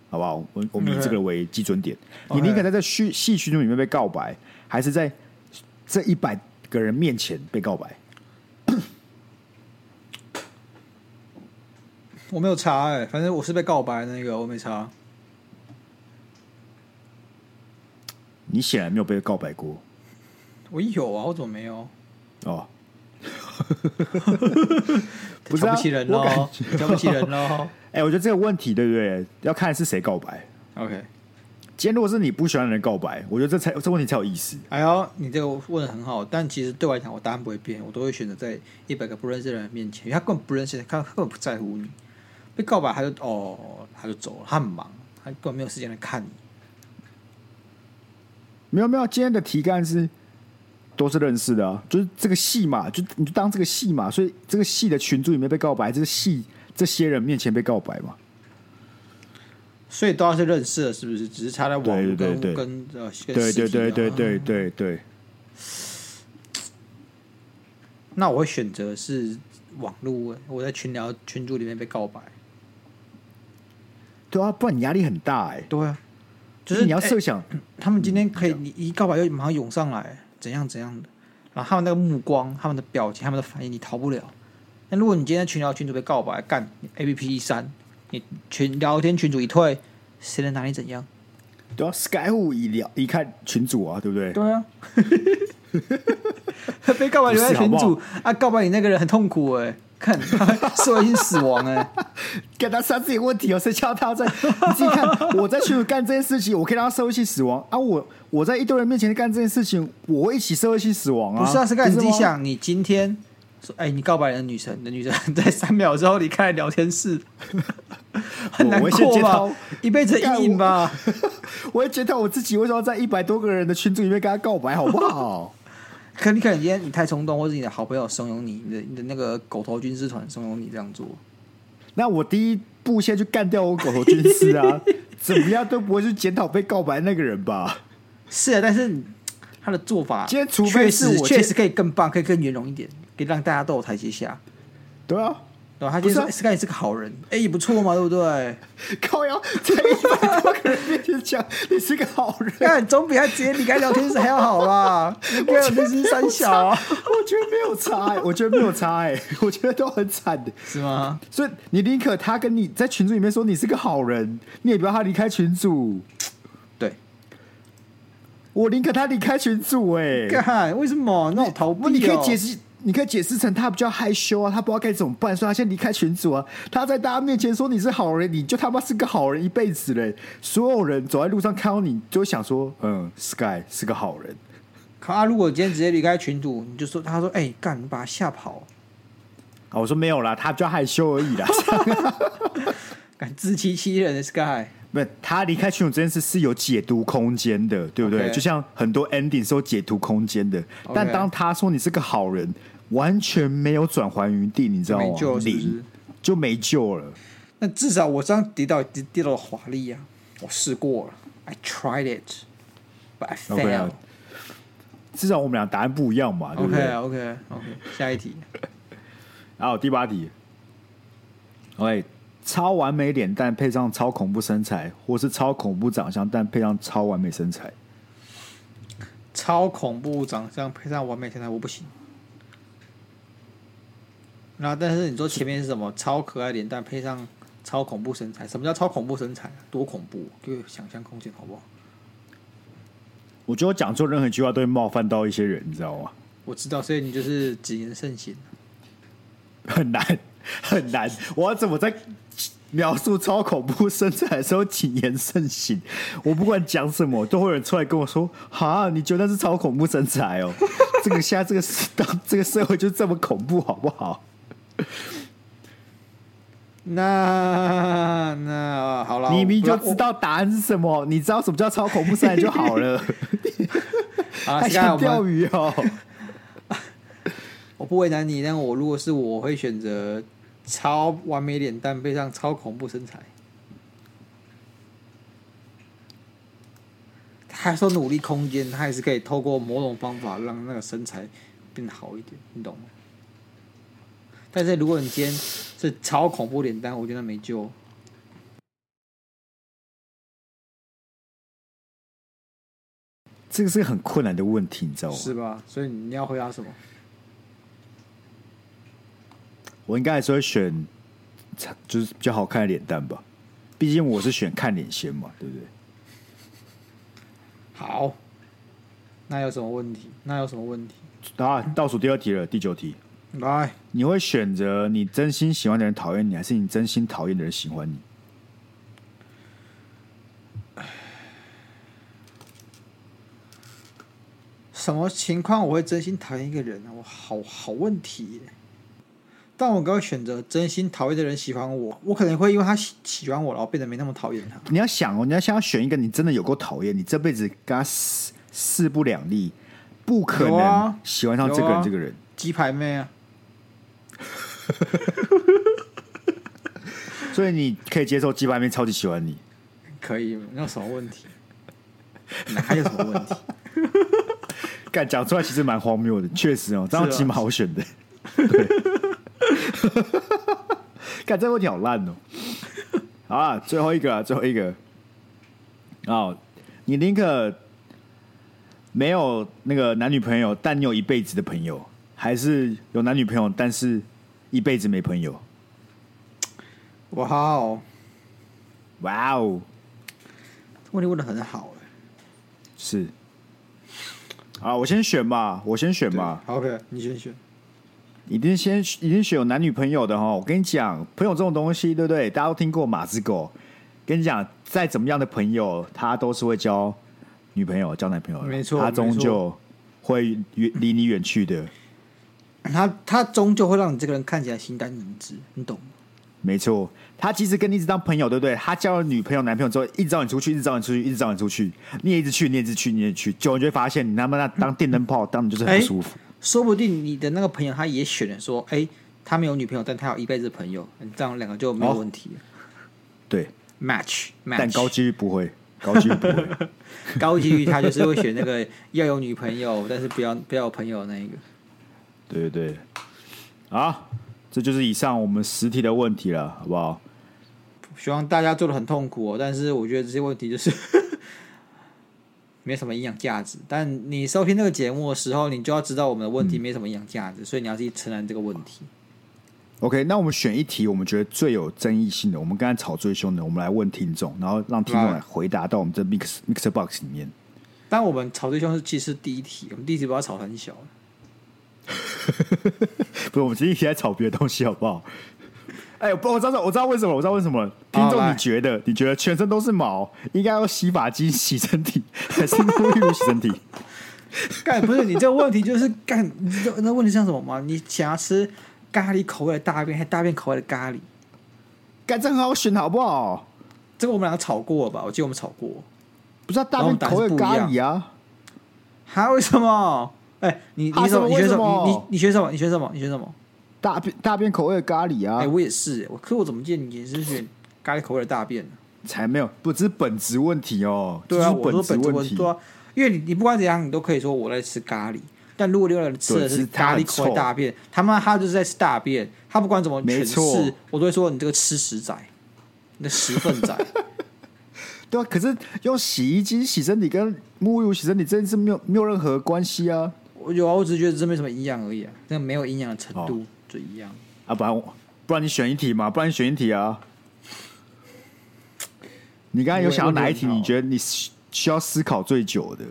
[SPEAKER 2] 好不好？我我们以
[SPEAKER 1] OK
[SPEAKER 2] 这个为基准点。
[SPEAKER 1] OK
[SPEAKER 2] 你宁可在这系系群组里面被告白，还是在这一百个人面前被告白？
[SPEAKER 1] 我没有查哎、反正我是被告白的那个，我没查。
[SPEAKER 2] 你显然没有被告白过
[SPEAKER 1] 我有啊，我怎么没有？
[SPEAKER 2] 哦。不是、啊、
[SPEAKER 1] 瞧不起人
[SPEAKER 2] 我感
[SPEAKER 1] 喽， 瞧不起人 喽。
[SPEAKER 2] 哎、我觉得这个问题对不对？要看是谁告白。
[SPEAKER 1] OK，
[SPEAKER 2] 今天如果是你不喜欢的人告白，我觉得这才这问题才有意思。
[SPEAKER 1] 哎呦，你这个问的很好，但其实对我来讲，我答案不会变，我都会选择在一百个不认识的人面前，因为他根本不认识，他他根本不在乎你。被告白他就哦，他就走了，他很忙，他根本没有时间来看你。
[SPEAKER 2] 没有没有，今天的题干是都是认识的啊，就是这个戏嘛，就你就当这个戏嘛，所以这个戏的群组里面被告白，这个戏这些人面前被告白嘛。
[SPEAKER 1] 所以都要是认识的，是不是？只是差在网络
[SPEAKER 2] 对对
[SPEAKER 1] 跟
[SPEAKER 2] 对
[SPEAKER 1] 跟呃跟
[SPEAKER 2] 对
[SPEAKER 1] 实体啊
[SPEAKER 2] 对对对对对对，
[SPEAKER 1] 那我会选择是网络，我在群聊群组里面被告白。
[SPEAKER 2] 对啊，不然你压力很大哎、
[SPEAKER 1] 对啊，就
[SPEAKER 2] 就是
[SPEAKER 1] 是
[SPEAKER 2] 你要
[SPEAKER 1] 哎
[SPEAKER 2] 设想，
[SPEAKER 1] 他们今天
[SPEAKER 2] 嗯
[SPEAKER 1] 可以，你一告白就马上涌上来，怎样怎样的，然后他们那个目光、他们的表情、他们的反应，你逃不了。那如果你今天群聊群主被告白，干 A P P 一删，你群聊天群主一退，谁能拿你怎样？
[SPEAKER 2] 对啊，Sky 户一聊一看群主啊，对不对？
[SPEAKER 1] 对啊， 被告白留在群
[SPEAKER 2] 不是好
[SPEAKER 1] 主啊，告白你那个人很痛苦哎、看他社会性死亡哎、
[SPEAKER 2] 给他三自己问题哦，谁叫他在？ 你自己看，我在群主干这件事情，我可以让他社会性死亡啊！我我在一堆人面前干这件事情，我会一起社会性死亡啊！
[SPEAKER 1] 不是啊，是看你
[SPEAKER 2] 不
[SPEAKER 1] 自己
[SPEAKER 2] 吗，
[SPEAKER 1] 想，你今 天说，哎、你告白你的女神，你的女神在三秒之后离开了聊天室，很难
[SPEAKER 2] 我会先
[SPEAKER 1] 过
[SPEAKER 2] 检
[SPEAKER 1] 吧
[SPEAKER 2] 讨，
[SPEAKER 1] 一辈子阴影吧。
[SPEAKER 2] 我会检讨我自己，为什么要在一百多个人的群组里面跟他告白，好不 好？
[SPEAKER 1] 可你可能今天你太冲动，或者你的好朋友怂恿你，你的你的那个狗头军师团怂恿你这样做，
[SPEAKER 2] 那我第一步先去干掉我狗头军师啊，怎么样都不会去检讨被告白那个人吧？
[SPEAKER 1] 是啊，但是你他的做法，
[SPEAKER 2] 今天除非是
[SPEAKER 1] 确实
[SPEAKER 2] 我
[SPEAKER 1] 确
[SPEAKER 2] 今
[SPEAKER 1] 实可以更棒，可以更圆融一点，可以让大家都有台阶下。
[SPEAKER 2] 对啊，
[SPEAKER 1] 对吧？他今
[SPEAKER 2] 不
[SPEAKER 1] 天
[SPEAKER 2] 是
[SPEAKER 1] 是看你是个好人，哎、也不错嘛，对不对？
[SPEAKER 2] 靠腰在一百多个人面前讲你是个好人，
[SPEAKER 1] 那总比他直接离开聊天室还要好吧？ 你跟聊天室 三小啊，
[SPEAKER 2] 我觉得没有差、欸，我觉得没有差、欸，我觉得都很惨的。
[SPEAKER 1] 是吗？
[SPEAKER 2] 所以你宁可他跟你在群组里面说你是个好人，你也不要他离开群组。
[SPEAKER 1] 对，
[SPEAKER 2] 我宁可他离开群组、欸，哎，
[SPEAKER 1] 干为什么那种逃避、
[SPEAKER 2] 不，
[SPEAKER 1] 哦？
[SPEAKER 2] 你可以解释，你可以解释成他比较害羞啊，他不知道该怎么办，所以他先离开群组啊。他在大家面前说你是好人，你就他妈是个好人一辈子嘞。所有人走在路上看到你，就会想说，嗯，Sky 是个好人。
[SPEAKER 1] 可啊，如果今天直接离开群组，你就说他说哎干，你把他吓跑，
[SPEAKER 2] 啊，我说没有啦，他比较害羞而已啦。
[SPEAKER 1] 干自欺欺人的 Sky，
[SPEAKER 2] 不，他离开群组这件事是有解读空间的，对不对
[SPEAKER 1] OK
[SPEAKER 2] 就像很多 ending 是有解读空间的
[SPEAKER 1] OK
[SPEAKER 2] 但当他说你是个好人，完全没有转圜余地，你知道吗？
[SPEAKER 1] 没救是不是
[SPEAKER 2] 零就没救了。
[SPEAKER 1] 那至少我这样跌倒跌跌到了华丽啊，我试过了，I tried it，but I
[SPEAKER 2] OK 啊
[SPEAKER 1] failed。
[SPEAKER 2] 至少我们俩答案不一样嘛，对不
[SPEAKER 1] OK
[SPEAKER 2] 对？
[SPEAKER 1] OK OK，下一题，
[SPEAKER 2] 然后第八题，OK，超完美脸蛋配上超恐怖身材，或是超恐怖长相但配上超完美身材，
[SPEAKER 1] 超恐怖长相配上完美身材，我不行。那但是你说前面是什么？超可爱脸蛋配上超恐怖身材，什么叫超恐怖身材啊？多恐怖，给我想象空间好不好？
[SPEAKER 2] 我觉得我讲错任何一句话都会冒犯到一些人，你知道吗？
[SPEAKER 1] 我知道，所以你就是谨言慎行。
[SPEAKER 2] 很难很难，我要怎么在描述超恐怖身材的时候谨言慎行？我不管讲什么，都会有人出来跟我说：“哈，你觉得那是超恐怖身材 哦？这个现在这个时当这个社会就这么恐怖，好不好？”
[SPEAKER 1] 那那好了，
[SPEAKER 2] 你明明
[SPEAKER 1] 我
[SPEAKER 2] 就
[SPEAKER 1] 不要
[SPEAKER 2] 知道答案是什么，你知道什么叫超恐怖身材就好了，
[SPEAKER 1] 我 啊，
[SPEAKER 2] 还
[SPEAKER 1] 现在
[SPEAKER 2] 哎想
[SPEAKER 1] 我们
[SPEAKER 2] 钓鱼哦？
[SPEAKER 1] 我不为难你，但我如果是我我会选择超完美脸蛋配上超恐怖身材。他还说努力空间，他还是可以透过某种方法让那个身材变好一点，你懂吗？但是如果你今天是超恐怖脸蛋，我觉得没救。
[SPEAKER 2] 这个是很困难的问题，你知道吗？
[SPEAKER 1] 是吧？所以你要回答什么？
[SPEAKER 2] 我应该还是会选，就是比较好看的脸蛋吧，毕竟我是选看脸先嘛，对不对？
[SPEAKER 1] 好，那有什么问题？那有什么问题？
[SPEAKER 2] 啊，倒数第二题了，第九题，
[SPEAKER 1] 来，
[SPEAKER 2] 你会选择你真心喜欢的人讨厌你，还是你真心讨厌的人喜欢你？
[SPEAKER 1] 什么情况我会真心讨厌一个人呢、我好好问题耶。但我刚刚选择真心讨厌的人喜欢我，我可能会因为他喜喜欢我，然后变得没那么讨厌他。
[SPEAKER 2] 你要想哦，你要想要选一个你真的有够讨厌，你这辈子跟他势势不两立，不可
[SPEAKER 1] 有啊
[SPEAKER 2] 能喜欢上这个
[SPEAKER 1] 有
[SPEAKER 2] 人
[SPEAKER 1] 啊
[SPEAKER 2] 这个人。
[SPEAKER 1] 鸡排妹啊，
[SPEAKER 2] 所以你可以接受鸡排妹超级喜欢你。
[SPEAKER 1] 可以，那有什么 问题？哪有什么问题？
[SPEAKER 2] 干讲出来其实蛮荒谬的，确实哦，这样
[SPEAKER 1] 是啊
[SPEAKER 2] 起码好选的。对， 干这问题好烂哦。好啊，最后一个啊，最后一个。哦，你宁可没有那个男女朋友，但你有一辈子的朋友，还是有男女朋友，但是一辈子没朋友？
[SPEAKER 1] 哇哦，
[SPEAKER 2] 哇哦，
[SPEAKER 1] 问题问的很好哎。
[SPEAKER 2] 是。啊，我先选吧，我先选吧。
[SPEAKER 1] 好，OK，你先选。
[SPEAKER 2] 一定先一定选有男女朋友的哈。哦我跟你讲，朋友这种东西，对不对？大家都听过马子狗。跟你讲，再怎么样的朋友，他都是会交女朋友、交男朋友的，
[SPEAKER 1] 没错
[SPEAKER 2] 他终
[SPEAKER 1] 没
[SPEAKER 2] 究
[SPEAKER 1] 错
[SPEAKER 2] 会远离你远去的。
[SPEAKER 1] 他他终究会让你这个人看起来形单影只，你懂吗？
[SPEAKER 2] 没错，他其实跟你一直当朋友，对不对？他交了女朋友、男朋友之后，一直找你出去，一直找你出去，一直找你出去，你也一直去，你也一直去，你也去，久了你就会发现，你他妈那当电灯泡，当你就是很
[SPEAKER 1] 哎
[SPEAKER 2] 不舒服。
[SPEAKER 1] 说不定你的那个朋友他也选了说，哎、他没有女朋友，但他有一辈子朋友，这样两个就没有
[SPEAKER 2] 哦
[SPEAKER 1] 问题了、
[SPEAKER 2] 对，
[SPEAKER 1] match match。
[SPEAKER 2] 但高几率不会，高几率不会。
[SPEAKER 1] 高级率他就是会选那个要有女朋友，但是不要不要有朋友那一个。
[SPEAKER 2] 对对对，好，这就是以上我们实体的问题了，好不好？
[SPEAKER 1] 希望大家做的很痛苦哦，但是我觉得这些问题就是 没什么营养价值。但你收听这个节目的时候，你就要知道我们的问题没什么营养价值，所以你要自己承担这个问题。
[SPEAKER 2] OK，那我们选一题我们觉得最有争议性的，我们刚才吵最凶的，我们来问听众，然后让听众
[SPEAKER 1] 来
[SPEAKER 2] 来回答到我们这 mix mixer box 里面。
[SPEAKER 1] 但我们吵对象是其实是第一题，我们第一题不要吵很小，
[SPEAKER 2] 不是，我们今天一起来吵别的东西，好不 好？哎、不，我知道，我知道为什么，我知道为什么了。听众，
[SPEAKER 1] 来
[SPEAKER 2] 你觉得，你觉得全身都是毛，应该用洗发精洗身体， 还是沐浴露洗身体？
[SPEAKER 1] 干不是你这个问题就是干，你知道那问题像什么吗？你想要吃咖喱口味的大便，还是大便口味的咖喱？
[SPEAKER 2] 干，这很好选，好不好？
[SPEAKER 1] 这个我们两个吵过了吧？我记得我们吵过。
[SPEAKER 2] 不知道大便口味的咖喱啊？
[SPEAKER 1] 哈？为什么？哎、你
[SPEAKER 2] 啊
[SPEAKER 1] 你什么？
[SPEAKER 2] 什么
[SPEAKER 1] 你学什么？
[SPEAKER 2] 为
[SPEAKER 1] 你你你
[SPEAKER 2] 什么
[SPEAKER 1] 学什么？你学什么？你学什么？
[SPEAKER 2] 大便大便口味的咖喱啊？
[SPEAKER 1] 哎、我也是、我可我怎么见你也是选咖喱口味的大便呢？
[SPEAKER 2] 才没有，不，这是本质问题哦。
[SPEAKER 1] 对啊，
[SPEAKER 2] 这是
[SPEAKER 1] 我说
[SPEAKER 2] 质
[SPEAKER 1] 本质
[SPEAKER 2] 问
[SPEAKER 1] 问
[SPEAKER 2] 题。
[SPEAKER 1] 对啊，因为你你不管怎样，你都可以说我在吃咖喱。但如果另外一个人吃的
[SPEAKER 2] 对
[SPEAKER 1] 是
[SPEAKER 2] 是他
[SPEAKER 1] 咖喱
[SPEAKER 2] 很
[SPEAKER 1] 口味
[SPEAKER 2] 臭
[SPEAKER 1] 大便，他妈他就是在吃大便，他不管怎么
[SPEAKER 2] 没
[SPEAKER 1] 诠释
[SPEAKER 2] 错，
[SPEAKER 1] 我都会说你这个吃屎仔，你的食粪仔。
[SPEAKER 2] 对啊，可是用洗衣机洗身体跟沐浴露洗身体，真的是没有没有任何关系啊。
[SPEAKER 1] 我有啊，我只是觉得这没什么营养而已啊，那没有营养的程度
[SPEAKER 2] 哦
[SPEAKER 1] 就一样。
[SPEAKER 2] 啊，不然我不然你选一题嘛，不然你选一题啊。你刚才有想到哪一题？
[SPEAKER 1] 我也
[SPEAKER 2] 你觉得你需需要思考最久的？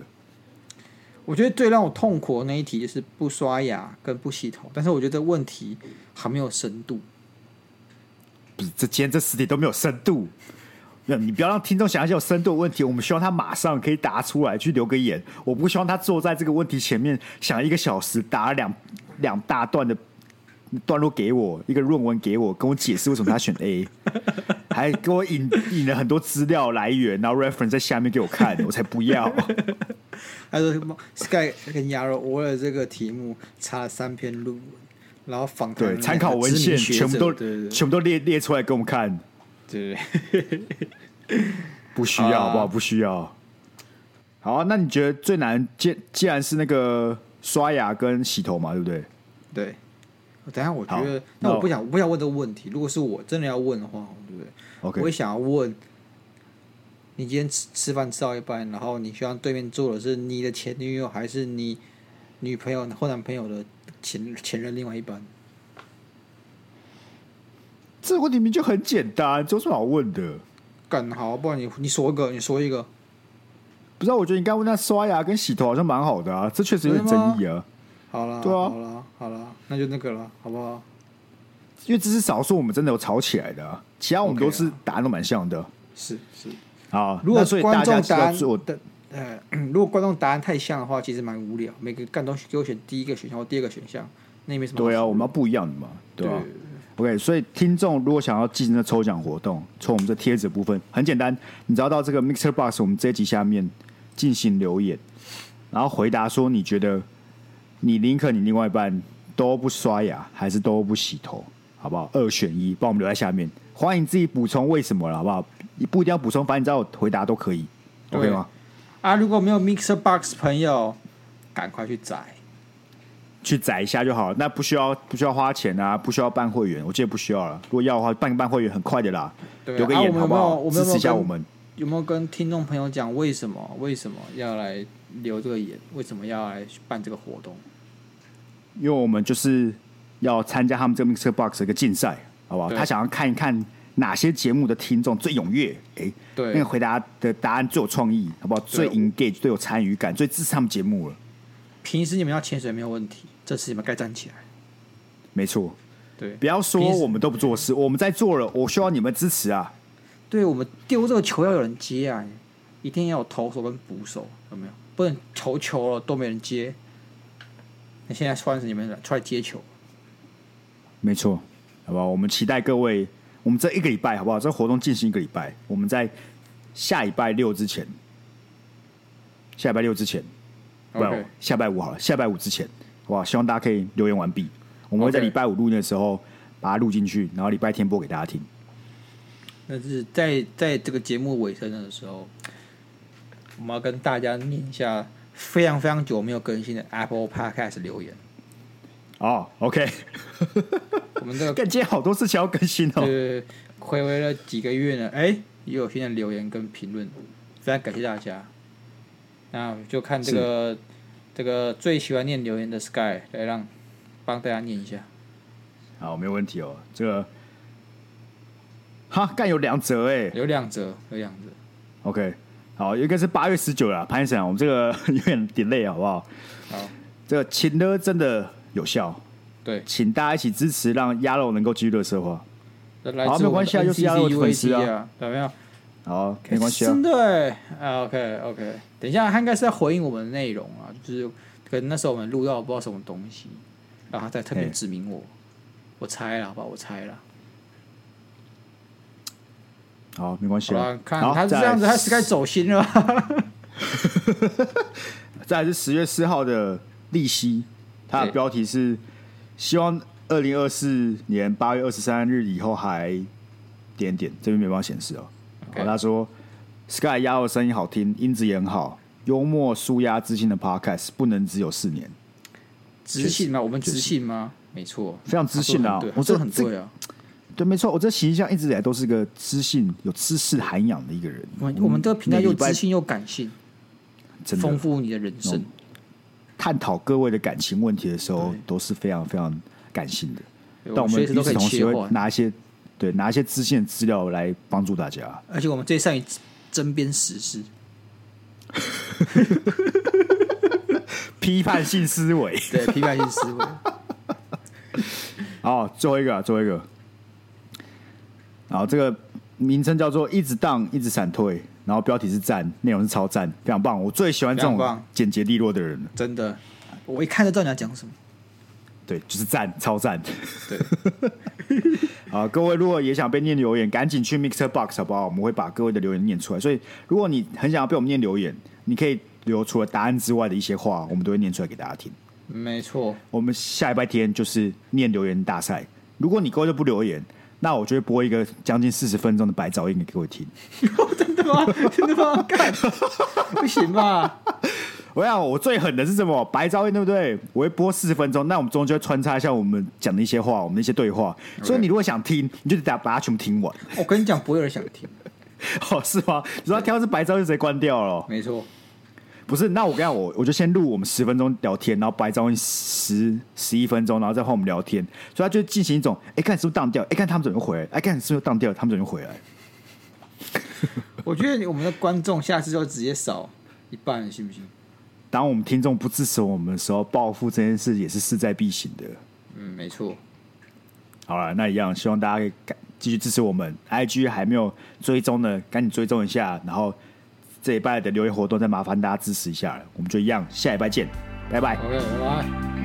[SPEAKER 1] 我觉得最让我痛苦的那一题就是不刷牙跟不洗头，但是我觉得这问题还没有深度。
[SPEAKER 2] 不是，这今天这十题都没有深度。没有，你不要让听众想一些有深度的问题。我们希望他马上可以答出来，去留个言。我不希望他坐在这个问题前面想一个小时，答了两两大段的段落给我，一个论文给我，跟我解释为什么他选 A，还给我引引了很多资料来源，然后 reference 在下面给我看，我才不要。
[SPEAKER 1] 他说什么 Sky 跟鸭肉，我为了这个题目查了三篇论文，然后访谈
[SPEAKER 2] 对，
[SPEAKER 1] 了
[SPEAKER 2] 参考
[SPEAKER 1] 两个
[SPEAKER 2] 文
[SPEAKER 1] 知名
[SPEAKER 2] 献
[SPEAKER 1] 学
[SPEAKER 2] 全部
[SPEAKER 1] 者
[SPEAKER 2] 都
[SPEAKER 1] 对对对
[SPEAKER 2] 全部都列列出来给我们看，
[SPEAKER 1] 对 对。
[SPEAKER 2] 不需要，
[SPEAKER 1] 啊
[SPEAKER 2] 好不好？不需要。好啊、那你觉得最难，既既然是那个刷牙跟洗头嘛，对不对？
[SPEAKER 1] 对，等一下我觉得
[SPEAKER 2] 好，
[SPEAKER 1] 但我
[SPEAKER 2] 那
[SPEAKER 1] 不想，我不想问这个问题。如果是我真的要问的话，对不对
[SPEAKER 2] OK
[SPEAKER 1] 我也想要问，你今天吃吃饭吃到一半，然后你希望对面坐的是你的前女友，还是你女朋友或男朋友的前前任另外一半？
[SPEAKER 2] 这个问题明明就很简单，这有什么好问的？
[SPEAKER 1] 干好，不然你你说一个，你说一个，
[SPEAKER 2] 不知道，我觉得你刚刚问他刷牙跟洗头好像蛮好的啊，这确实有点
[SPEAKER 1] 真的吗
[SPEAKER 2] 争议啊，
[SPEAKER 1] 好啦，
[SPEAKER 2] 对啊
[SPEAKER 1] 好啦，好啦，那就那个了，好不好？
[SPEAKER 2] 因为这是少数我们真的有吵起来的、啊，其他我们
[SPEAKER 1] OK 啊
[SPEAKER 2] 都是答案都蛮像的。
[SPEAKER 1] 是是，
[SPEAKER 2] 好，
[SPEAKER 1] 如果
[SPEAKER 2] 那所以
[SPEAKER 1] 观
[SPEAKER 2] 大家
[SPEAKER 1] 众
[SPEAKER 2] 知
[SPEAKER 1] 答
[SPEAKER 2] 道
[SPEAKER 1] 案
[SPEAKER 2] 做
[SPEAKER 1] 的呃，如果观众答案太像的话，其实蛮无聊。每个干东西给我选第一个选项或第二个选项，那也没什么好
[SPEAKER 2] 对啊，
[SPEAKER 1] 说
[SPEAKER 2] 我们要不一样的嘛，对吧、啊
[SPEAKER 1] 对
[SPEAKER 2] OK，所以听众如果想要进行的抽奖活动，抽我们这贴纸的部分很简单，你只要到这个 Mixer Box 我们这一集下面进行留言，然后回答说你觉得你宁可你另外一半都不刷牙，还是都不洗头，好不好？二选一，帮我们留在下面，欢迎自己补充为什么了，好不好？你不一定要补充，反正你只要有回答都可以
[SPEAKER 1] 对
[SPEAKER 2] ，OK 吗？
[SPEAKER 1] 啊，如果没有 Mixer Box 朋友，赶快去载。
[SPEAKER 2] 去载一下就好了，那不需要不需要花钱啊，不需要办会员，我记得不需要了。如果要的话，办个办会员很快的啦，
[SPEAKER 1] 对啊
[SPEAKER 2] 留个
[SPEAKER 1] 啊
[SPEAKER 2] 言
[SPEAKER 1] 我们有没
[SPEAKER 2] 好不
[SPEAKER 1] 有
[SPEAKER 2] 好？
[SPEAKER 1] 我们有
[SPEAKER 2] 支
[SPEAKER 1] 没有
[SPEAKER 2] 持一下
[SPEAKER 1] 跟
[SPEAKER 2] 我们。
[SPEAKER 1] 有没有跟听众朋友讲为什么为什么要来留这个言？为什么要来办这个活动？
[SPEAKER 2] 因为我们就是要参加他们这个 Mixer Box 的一个竞赛，好不好？
[SPEAKER 1] 对
[SPEAKER 2] 他想要看一看哪些节目的听众最踊跃，哎、
[SPEAKER 1] 对
[SPEAKER 2] 那个回答的答案最有创意，好不好？
[SPEAKER 1] 对
[SPEAKER 2] 最 engage，最有参与感，最支持他们节目了，
[SPEAKER 1] 平时你们要潜水没有问题，这次你们该站起来。
[SPEAKER 2] 没错。
[SPEAKER 1] 对
[SPEAKER 2] 不，要说
[SPEAKER 1] 平时
[SPEAKER 2] 我们都不做事，我们在做了，我需要你们支持啊！
[SPEAKER 1] 对我们丢这个球要有人接啊，一定要有投手跟捕手，有没有？不能投球了都没人接。那现在算是你们出来接球，
[SPEAKER 2] 没错，好吧，我们期待各位我们这一个礼拜好不好？这活动进行一个礼拜，我们在下礼拜六之前，下礼拜六之前，不
[SPEAKER 1] OK
[SPEAKER 2] 下礼拜五好了，下礼拜五之前，好不好？希望大家可以留言完毕，我们会在
[SPEAKER 1] OK
[SPEAKER 2] 礼拜五录音的时候把它录进去，然后礼拜天播给大家听。
[SPEAKER 1] 那是在在这个节目尾声的时候，我们要跟大家念一下非常非常久没有更新的 Apple Podcast 留言。
[SPEAKER 2] 哦，OK，
[SPEAKER 1] 我们这个
[SPEAKER 2] 感觉好多事情要更新哦。
[SPEAKER 1] 对，回违了几个月呢，哎、也有新的留言跟评论，非常感谢大家。那我就看这个这个最喜欢念留言的 Sky 来让帮大家念一下。
[SPEAKER 2] 好，没有问题哦。这个，哈，干有两折哎、
[SPEAKER 1] 有两则，有两则。
[SPEAKER 2] OK，好，一个是八月十九了，潘医生啊，我们这个有点 delay 好不好？
[SPEAKER 1] 好，
[SPEAKER 2] 这个请呢真的有效，
[SPEAKER 1] 对，
[SPEAKER 2] 请大家一起支持，让鸭肉能够继续热奢华。
[SPEAKER 1] 来
[SPEAKER 2] 好
[SPEAKER 1] 自
[SPEAKER 2] 没
[SPEAKER 1] 我
[SPEAKER 2] 关
[SPEAKER 1] 们
[SPEAKER 2] 系啊就是要有粉丝
[SPEAKER 1] NCC
[SPEAKER 2] 啊
[SPEAKER 1] UAT 啊，有没有？
[SPEAKER 2] 好，没关系啊
[SPEAKER 1] 真。的欸啊，OK OK，等一下，他应该是在回应我们的内容啊，就是可能那时候我们录到不知道什么东西，然后他再特别
[SPEAKER 2] 嘿
[SPEAKER 1] 指明我，我猜了，好吧，我猜了。
[SPEAKER 2] 好，没关系
[SPEAKER 1] 好
[SPEAKER 2] 啊
[SPEAKER 1] 了，。看
[SPEAKER 2] 好
[SPEAKER 1] 他是这样子，
[SPEAKER 2] 再
[SPEAKER 1] 他
[SPEAKER 2] 来
[SPEAKER 1] 是该走心了。
[SPEAKER 2] 再来是十月四号的利息，它的
[SPEAKER 1] 对
[SPEAKER 2] 标题是希望二零二四年八月二十三日以后还点点，这边没办法显示哦。
[SPEAKER 1] OK
[SPEAKER 2] 好，他说 Sky 鸭肉声音好听，音质也很好，幽默舒压知性的 Podcast 不能只有四年，
[SPEAKER 1] 直信啊吗？我们直信吗？没错，
[SPEAKER 2] 非常知性啊
[SPEAKER 1] 他说得很对，
[SPEAKER 2] 我
[SPEAKER 1] 我
[SPEAKER 2] 这
[SPEAKER 1] 这很对啊。
[SPEAKER 2] 对，没错，我这形象一直以来都是个知性、有知识涵养的一个人。
[SPEAKER 1] 我们我们这个频道
[SPEAKER 2] 每
[SPEAKER 1] 又
[SPEAKER 2] 礼拜
[SPEAKER 1] 知性又感性，
[SPEAKER 2] 真
[SPEAKER 1] 丰
[SPEAKER 2] 的
[SPEAKER 1] 富你的人生。
[SPEAKER 2] 探讨各位的感情问题的时候
[SPEAKER 1] 对，
[SPEAKER 2] 都是非常非常感性的。
[SPEAKER 1] 对
[SPEAKER 2] 嗯但我们
[SPEAKER 1] 随
[SPEAKER 2] 与
[SPEAKER 1] 时都可
[SPEAKER 2] 此
[SPEAKER 1] 以
[SPEAKER 2] 同时
[SPEAKER 1] 切
[SPEAKER 2] 会
[SPEAKER 1] 换，
[SPEAKER 2] 拿一些对拿一些知性的资料来帮助 大家。
[SPEAKER 1] 而且我们最善于针砭时事。
[SPEAKER 2] 批判性思维。
[SPEAKER 1] 对，批判性 思维。
[SPEAKER 2] 好，最后一个、啊，最后一个。然后这个名称叫做“一直荡，一直闪退”，然后标题是赞，内容是超赞，非常棒。我最喜欢这
[SPEAKER 1] 非常
[SPEAKER 2] 种
[SPEAKER 1] 棒
[SPEAKER 2] 简洁利落的人了。
[SPEAKER 1] 真的，我一看就知道你要讲什么。
[SPEAKER 2] 对，就是赞，超赞。
[SPEAKER 1] 对，
[SPEAKER 2] 啊，各位如果也想被念留言，赶紧去 Mixer Box 好不好？我们会把各位的留言念出来。所以，如果你很想要被我们念留言，你可以留除了答案之外的一些话，我们都会念出来给大家听。
[SPEAKER 1] 没错，
[SPEAKER 2] 我们下礼拜天就是念留言大赛。如果你各位都不留言，那我就会播一个将近四十分钟的白噪音给各位听。
[SPEAKER 1] 真的 吗？真的吗？干，不行吧？
[SPEAKER 2] 我想我最狠的是什么？白噪音对不对？我会播四十分钟，那我们中间就会穿插一下我们讲的一些话，我们的一些对话。所以你如果想听，你就得把它全部听完。
[SPEAKER 1] 我跟你讲，不会有人想听。
[SPEAKER 2] 哦，是吗？你说挑是白噪音，直接关掉了哦。
[SPEAKER 1] 没错，
[SPEAKER 2] 不是，那我跟你讲，我我就先录我们十分钟聊天，然后白噪音十十一分钟，然后再换我们聊天，所以他就进行一种，哎、看是不是当掉，哎、看他们怎么又回来，哎、看是不是又当掉，他们怎么又回来，
[SPEAKER 1] 我觉得我们的观众下次就直接少一半，信不信？
[SPEAKER 2] 当我们听众不支持我们的时候，报复这件事也是势在必行的。
[SPEAKER 1] 嗯，没错。
[SPEAKER 2] 好了，那一样，希望大家可以赶继续支持我们。IG 还没有追踪的，赶紧追踪一下。然后这一拜的留言活动，再麻烦大家支持一下了。我们就一样，下一拜见，拜拜。
[SPEAKER 1] OK，拜拜。